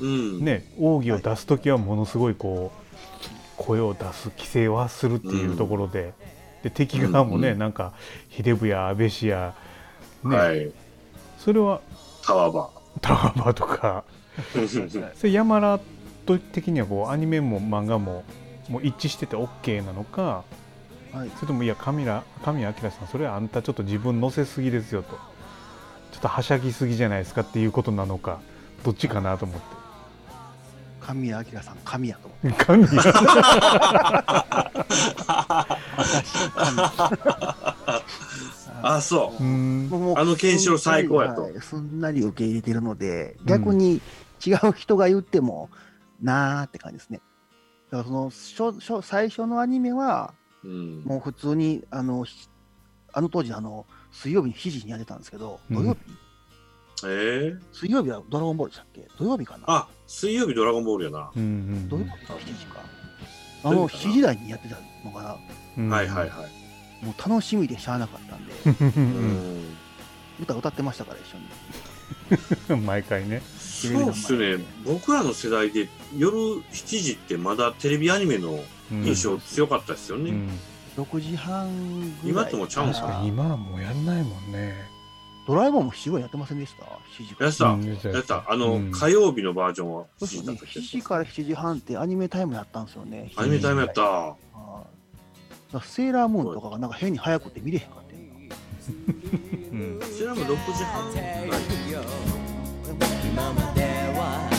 S3: うん
S4: うね奥義を出す時はものすごいこう声を出す規制はするっていうところで,、で敵側もね、
S3: うんうん
S4: なんか秀部や安倍氏や、ね
S3: はい
S4: それは
S3: タワー
S4: [laughs]
S3: バ
S4: タワーバーとか
S3: ー
S4: それ山田的にはこうアニメも漫画ももう一致してて OK なのか
S2: はい。
S4: それともいや神谷神谷明さんそれはあんたちょっと自分乗せすぎですよとちょっとはしゃぎすぎじゃないですかっていうことなのかどっちかなと思っ
S2: 神谷明さん、神やと
S3: [laughs]
S2: 思って。
S4: て神谷
S2: 私、
S3: [laughs]
S2: 神。
S3: あそう
S4: ーん
S2: もうもう
S3: あのケンシロウ最高やと
S2: すんなりはいすんなり受け入れてるので
S4: ん、
S2: 逆に違う人が言っても、なーって感じですね。だからその初初最初のアニメは、
S3: うん
S2: もう普通に、あの、ひあの当時、あの、水曜日に7時にやってたんですけど、土曜日、
S3: えー、
S2: 水曜日はドラゴンボールでしたっけ土曜日かな
S3: あ水曜日ドラゴンボールやな、
S4: うんうん
S2: 土曜日の7時か。あ
S3: どうい
S2: の、
S3: うことかな
S2: 7時台にやってたのかな
S4: うん
S3: はいはいはい、
S2: もう楽しみでしゃあなかったんで、
S3: う
S4: う
S3: ん
S2: 歌歌ってましたから、一緒に。
S4: うん毎回ね
S3: そうですね、僕らの世代で夜7時ってまだテレビアニメの
S4: うん
S3: 印象強かったですよね。
S4: うん
S2: 6時半ぐら
S3: 今
S2: い
S3: ともちゃうん
S4: 確
S3: す
S4: かに今はもうやんないもんね
S2: ドラえもんも7時ぐらいやってませんでした ?7 時から。
S3: やってた、
S4: うん
S3: やってた、あの、
S4: うん
S3: 火曜日のバージョンは
S2: そうで
S3: 7
S2: すね、
S3: 時だったっけ
S2: 7時から7時半ってアニメタイムやったんですよね。
S3: アニメタイムやった。
S2: はい。だからセーラームーンとかがなんか変に早くて見れへんかってんな。
S4: うん
S3: それはもう6時半ぐらい。
S1: 今までは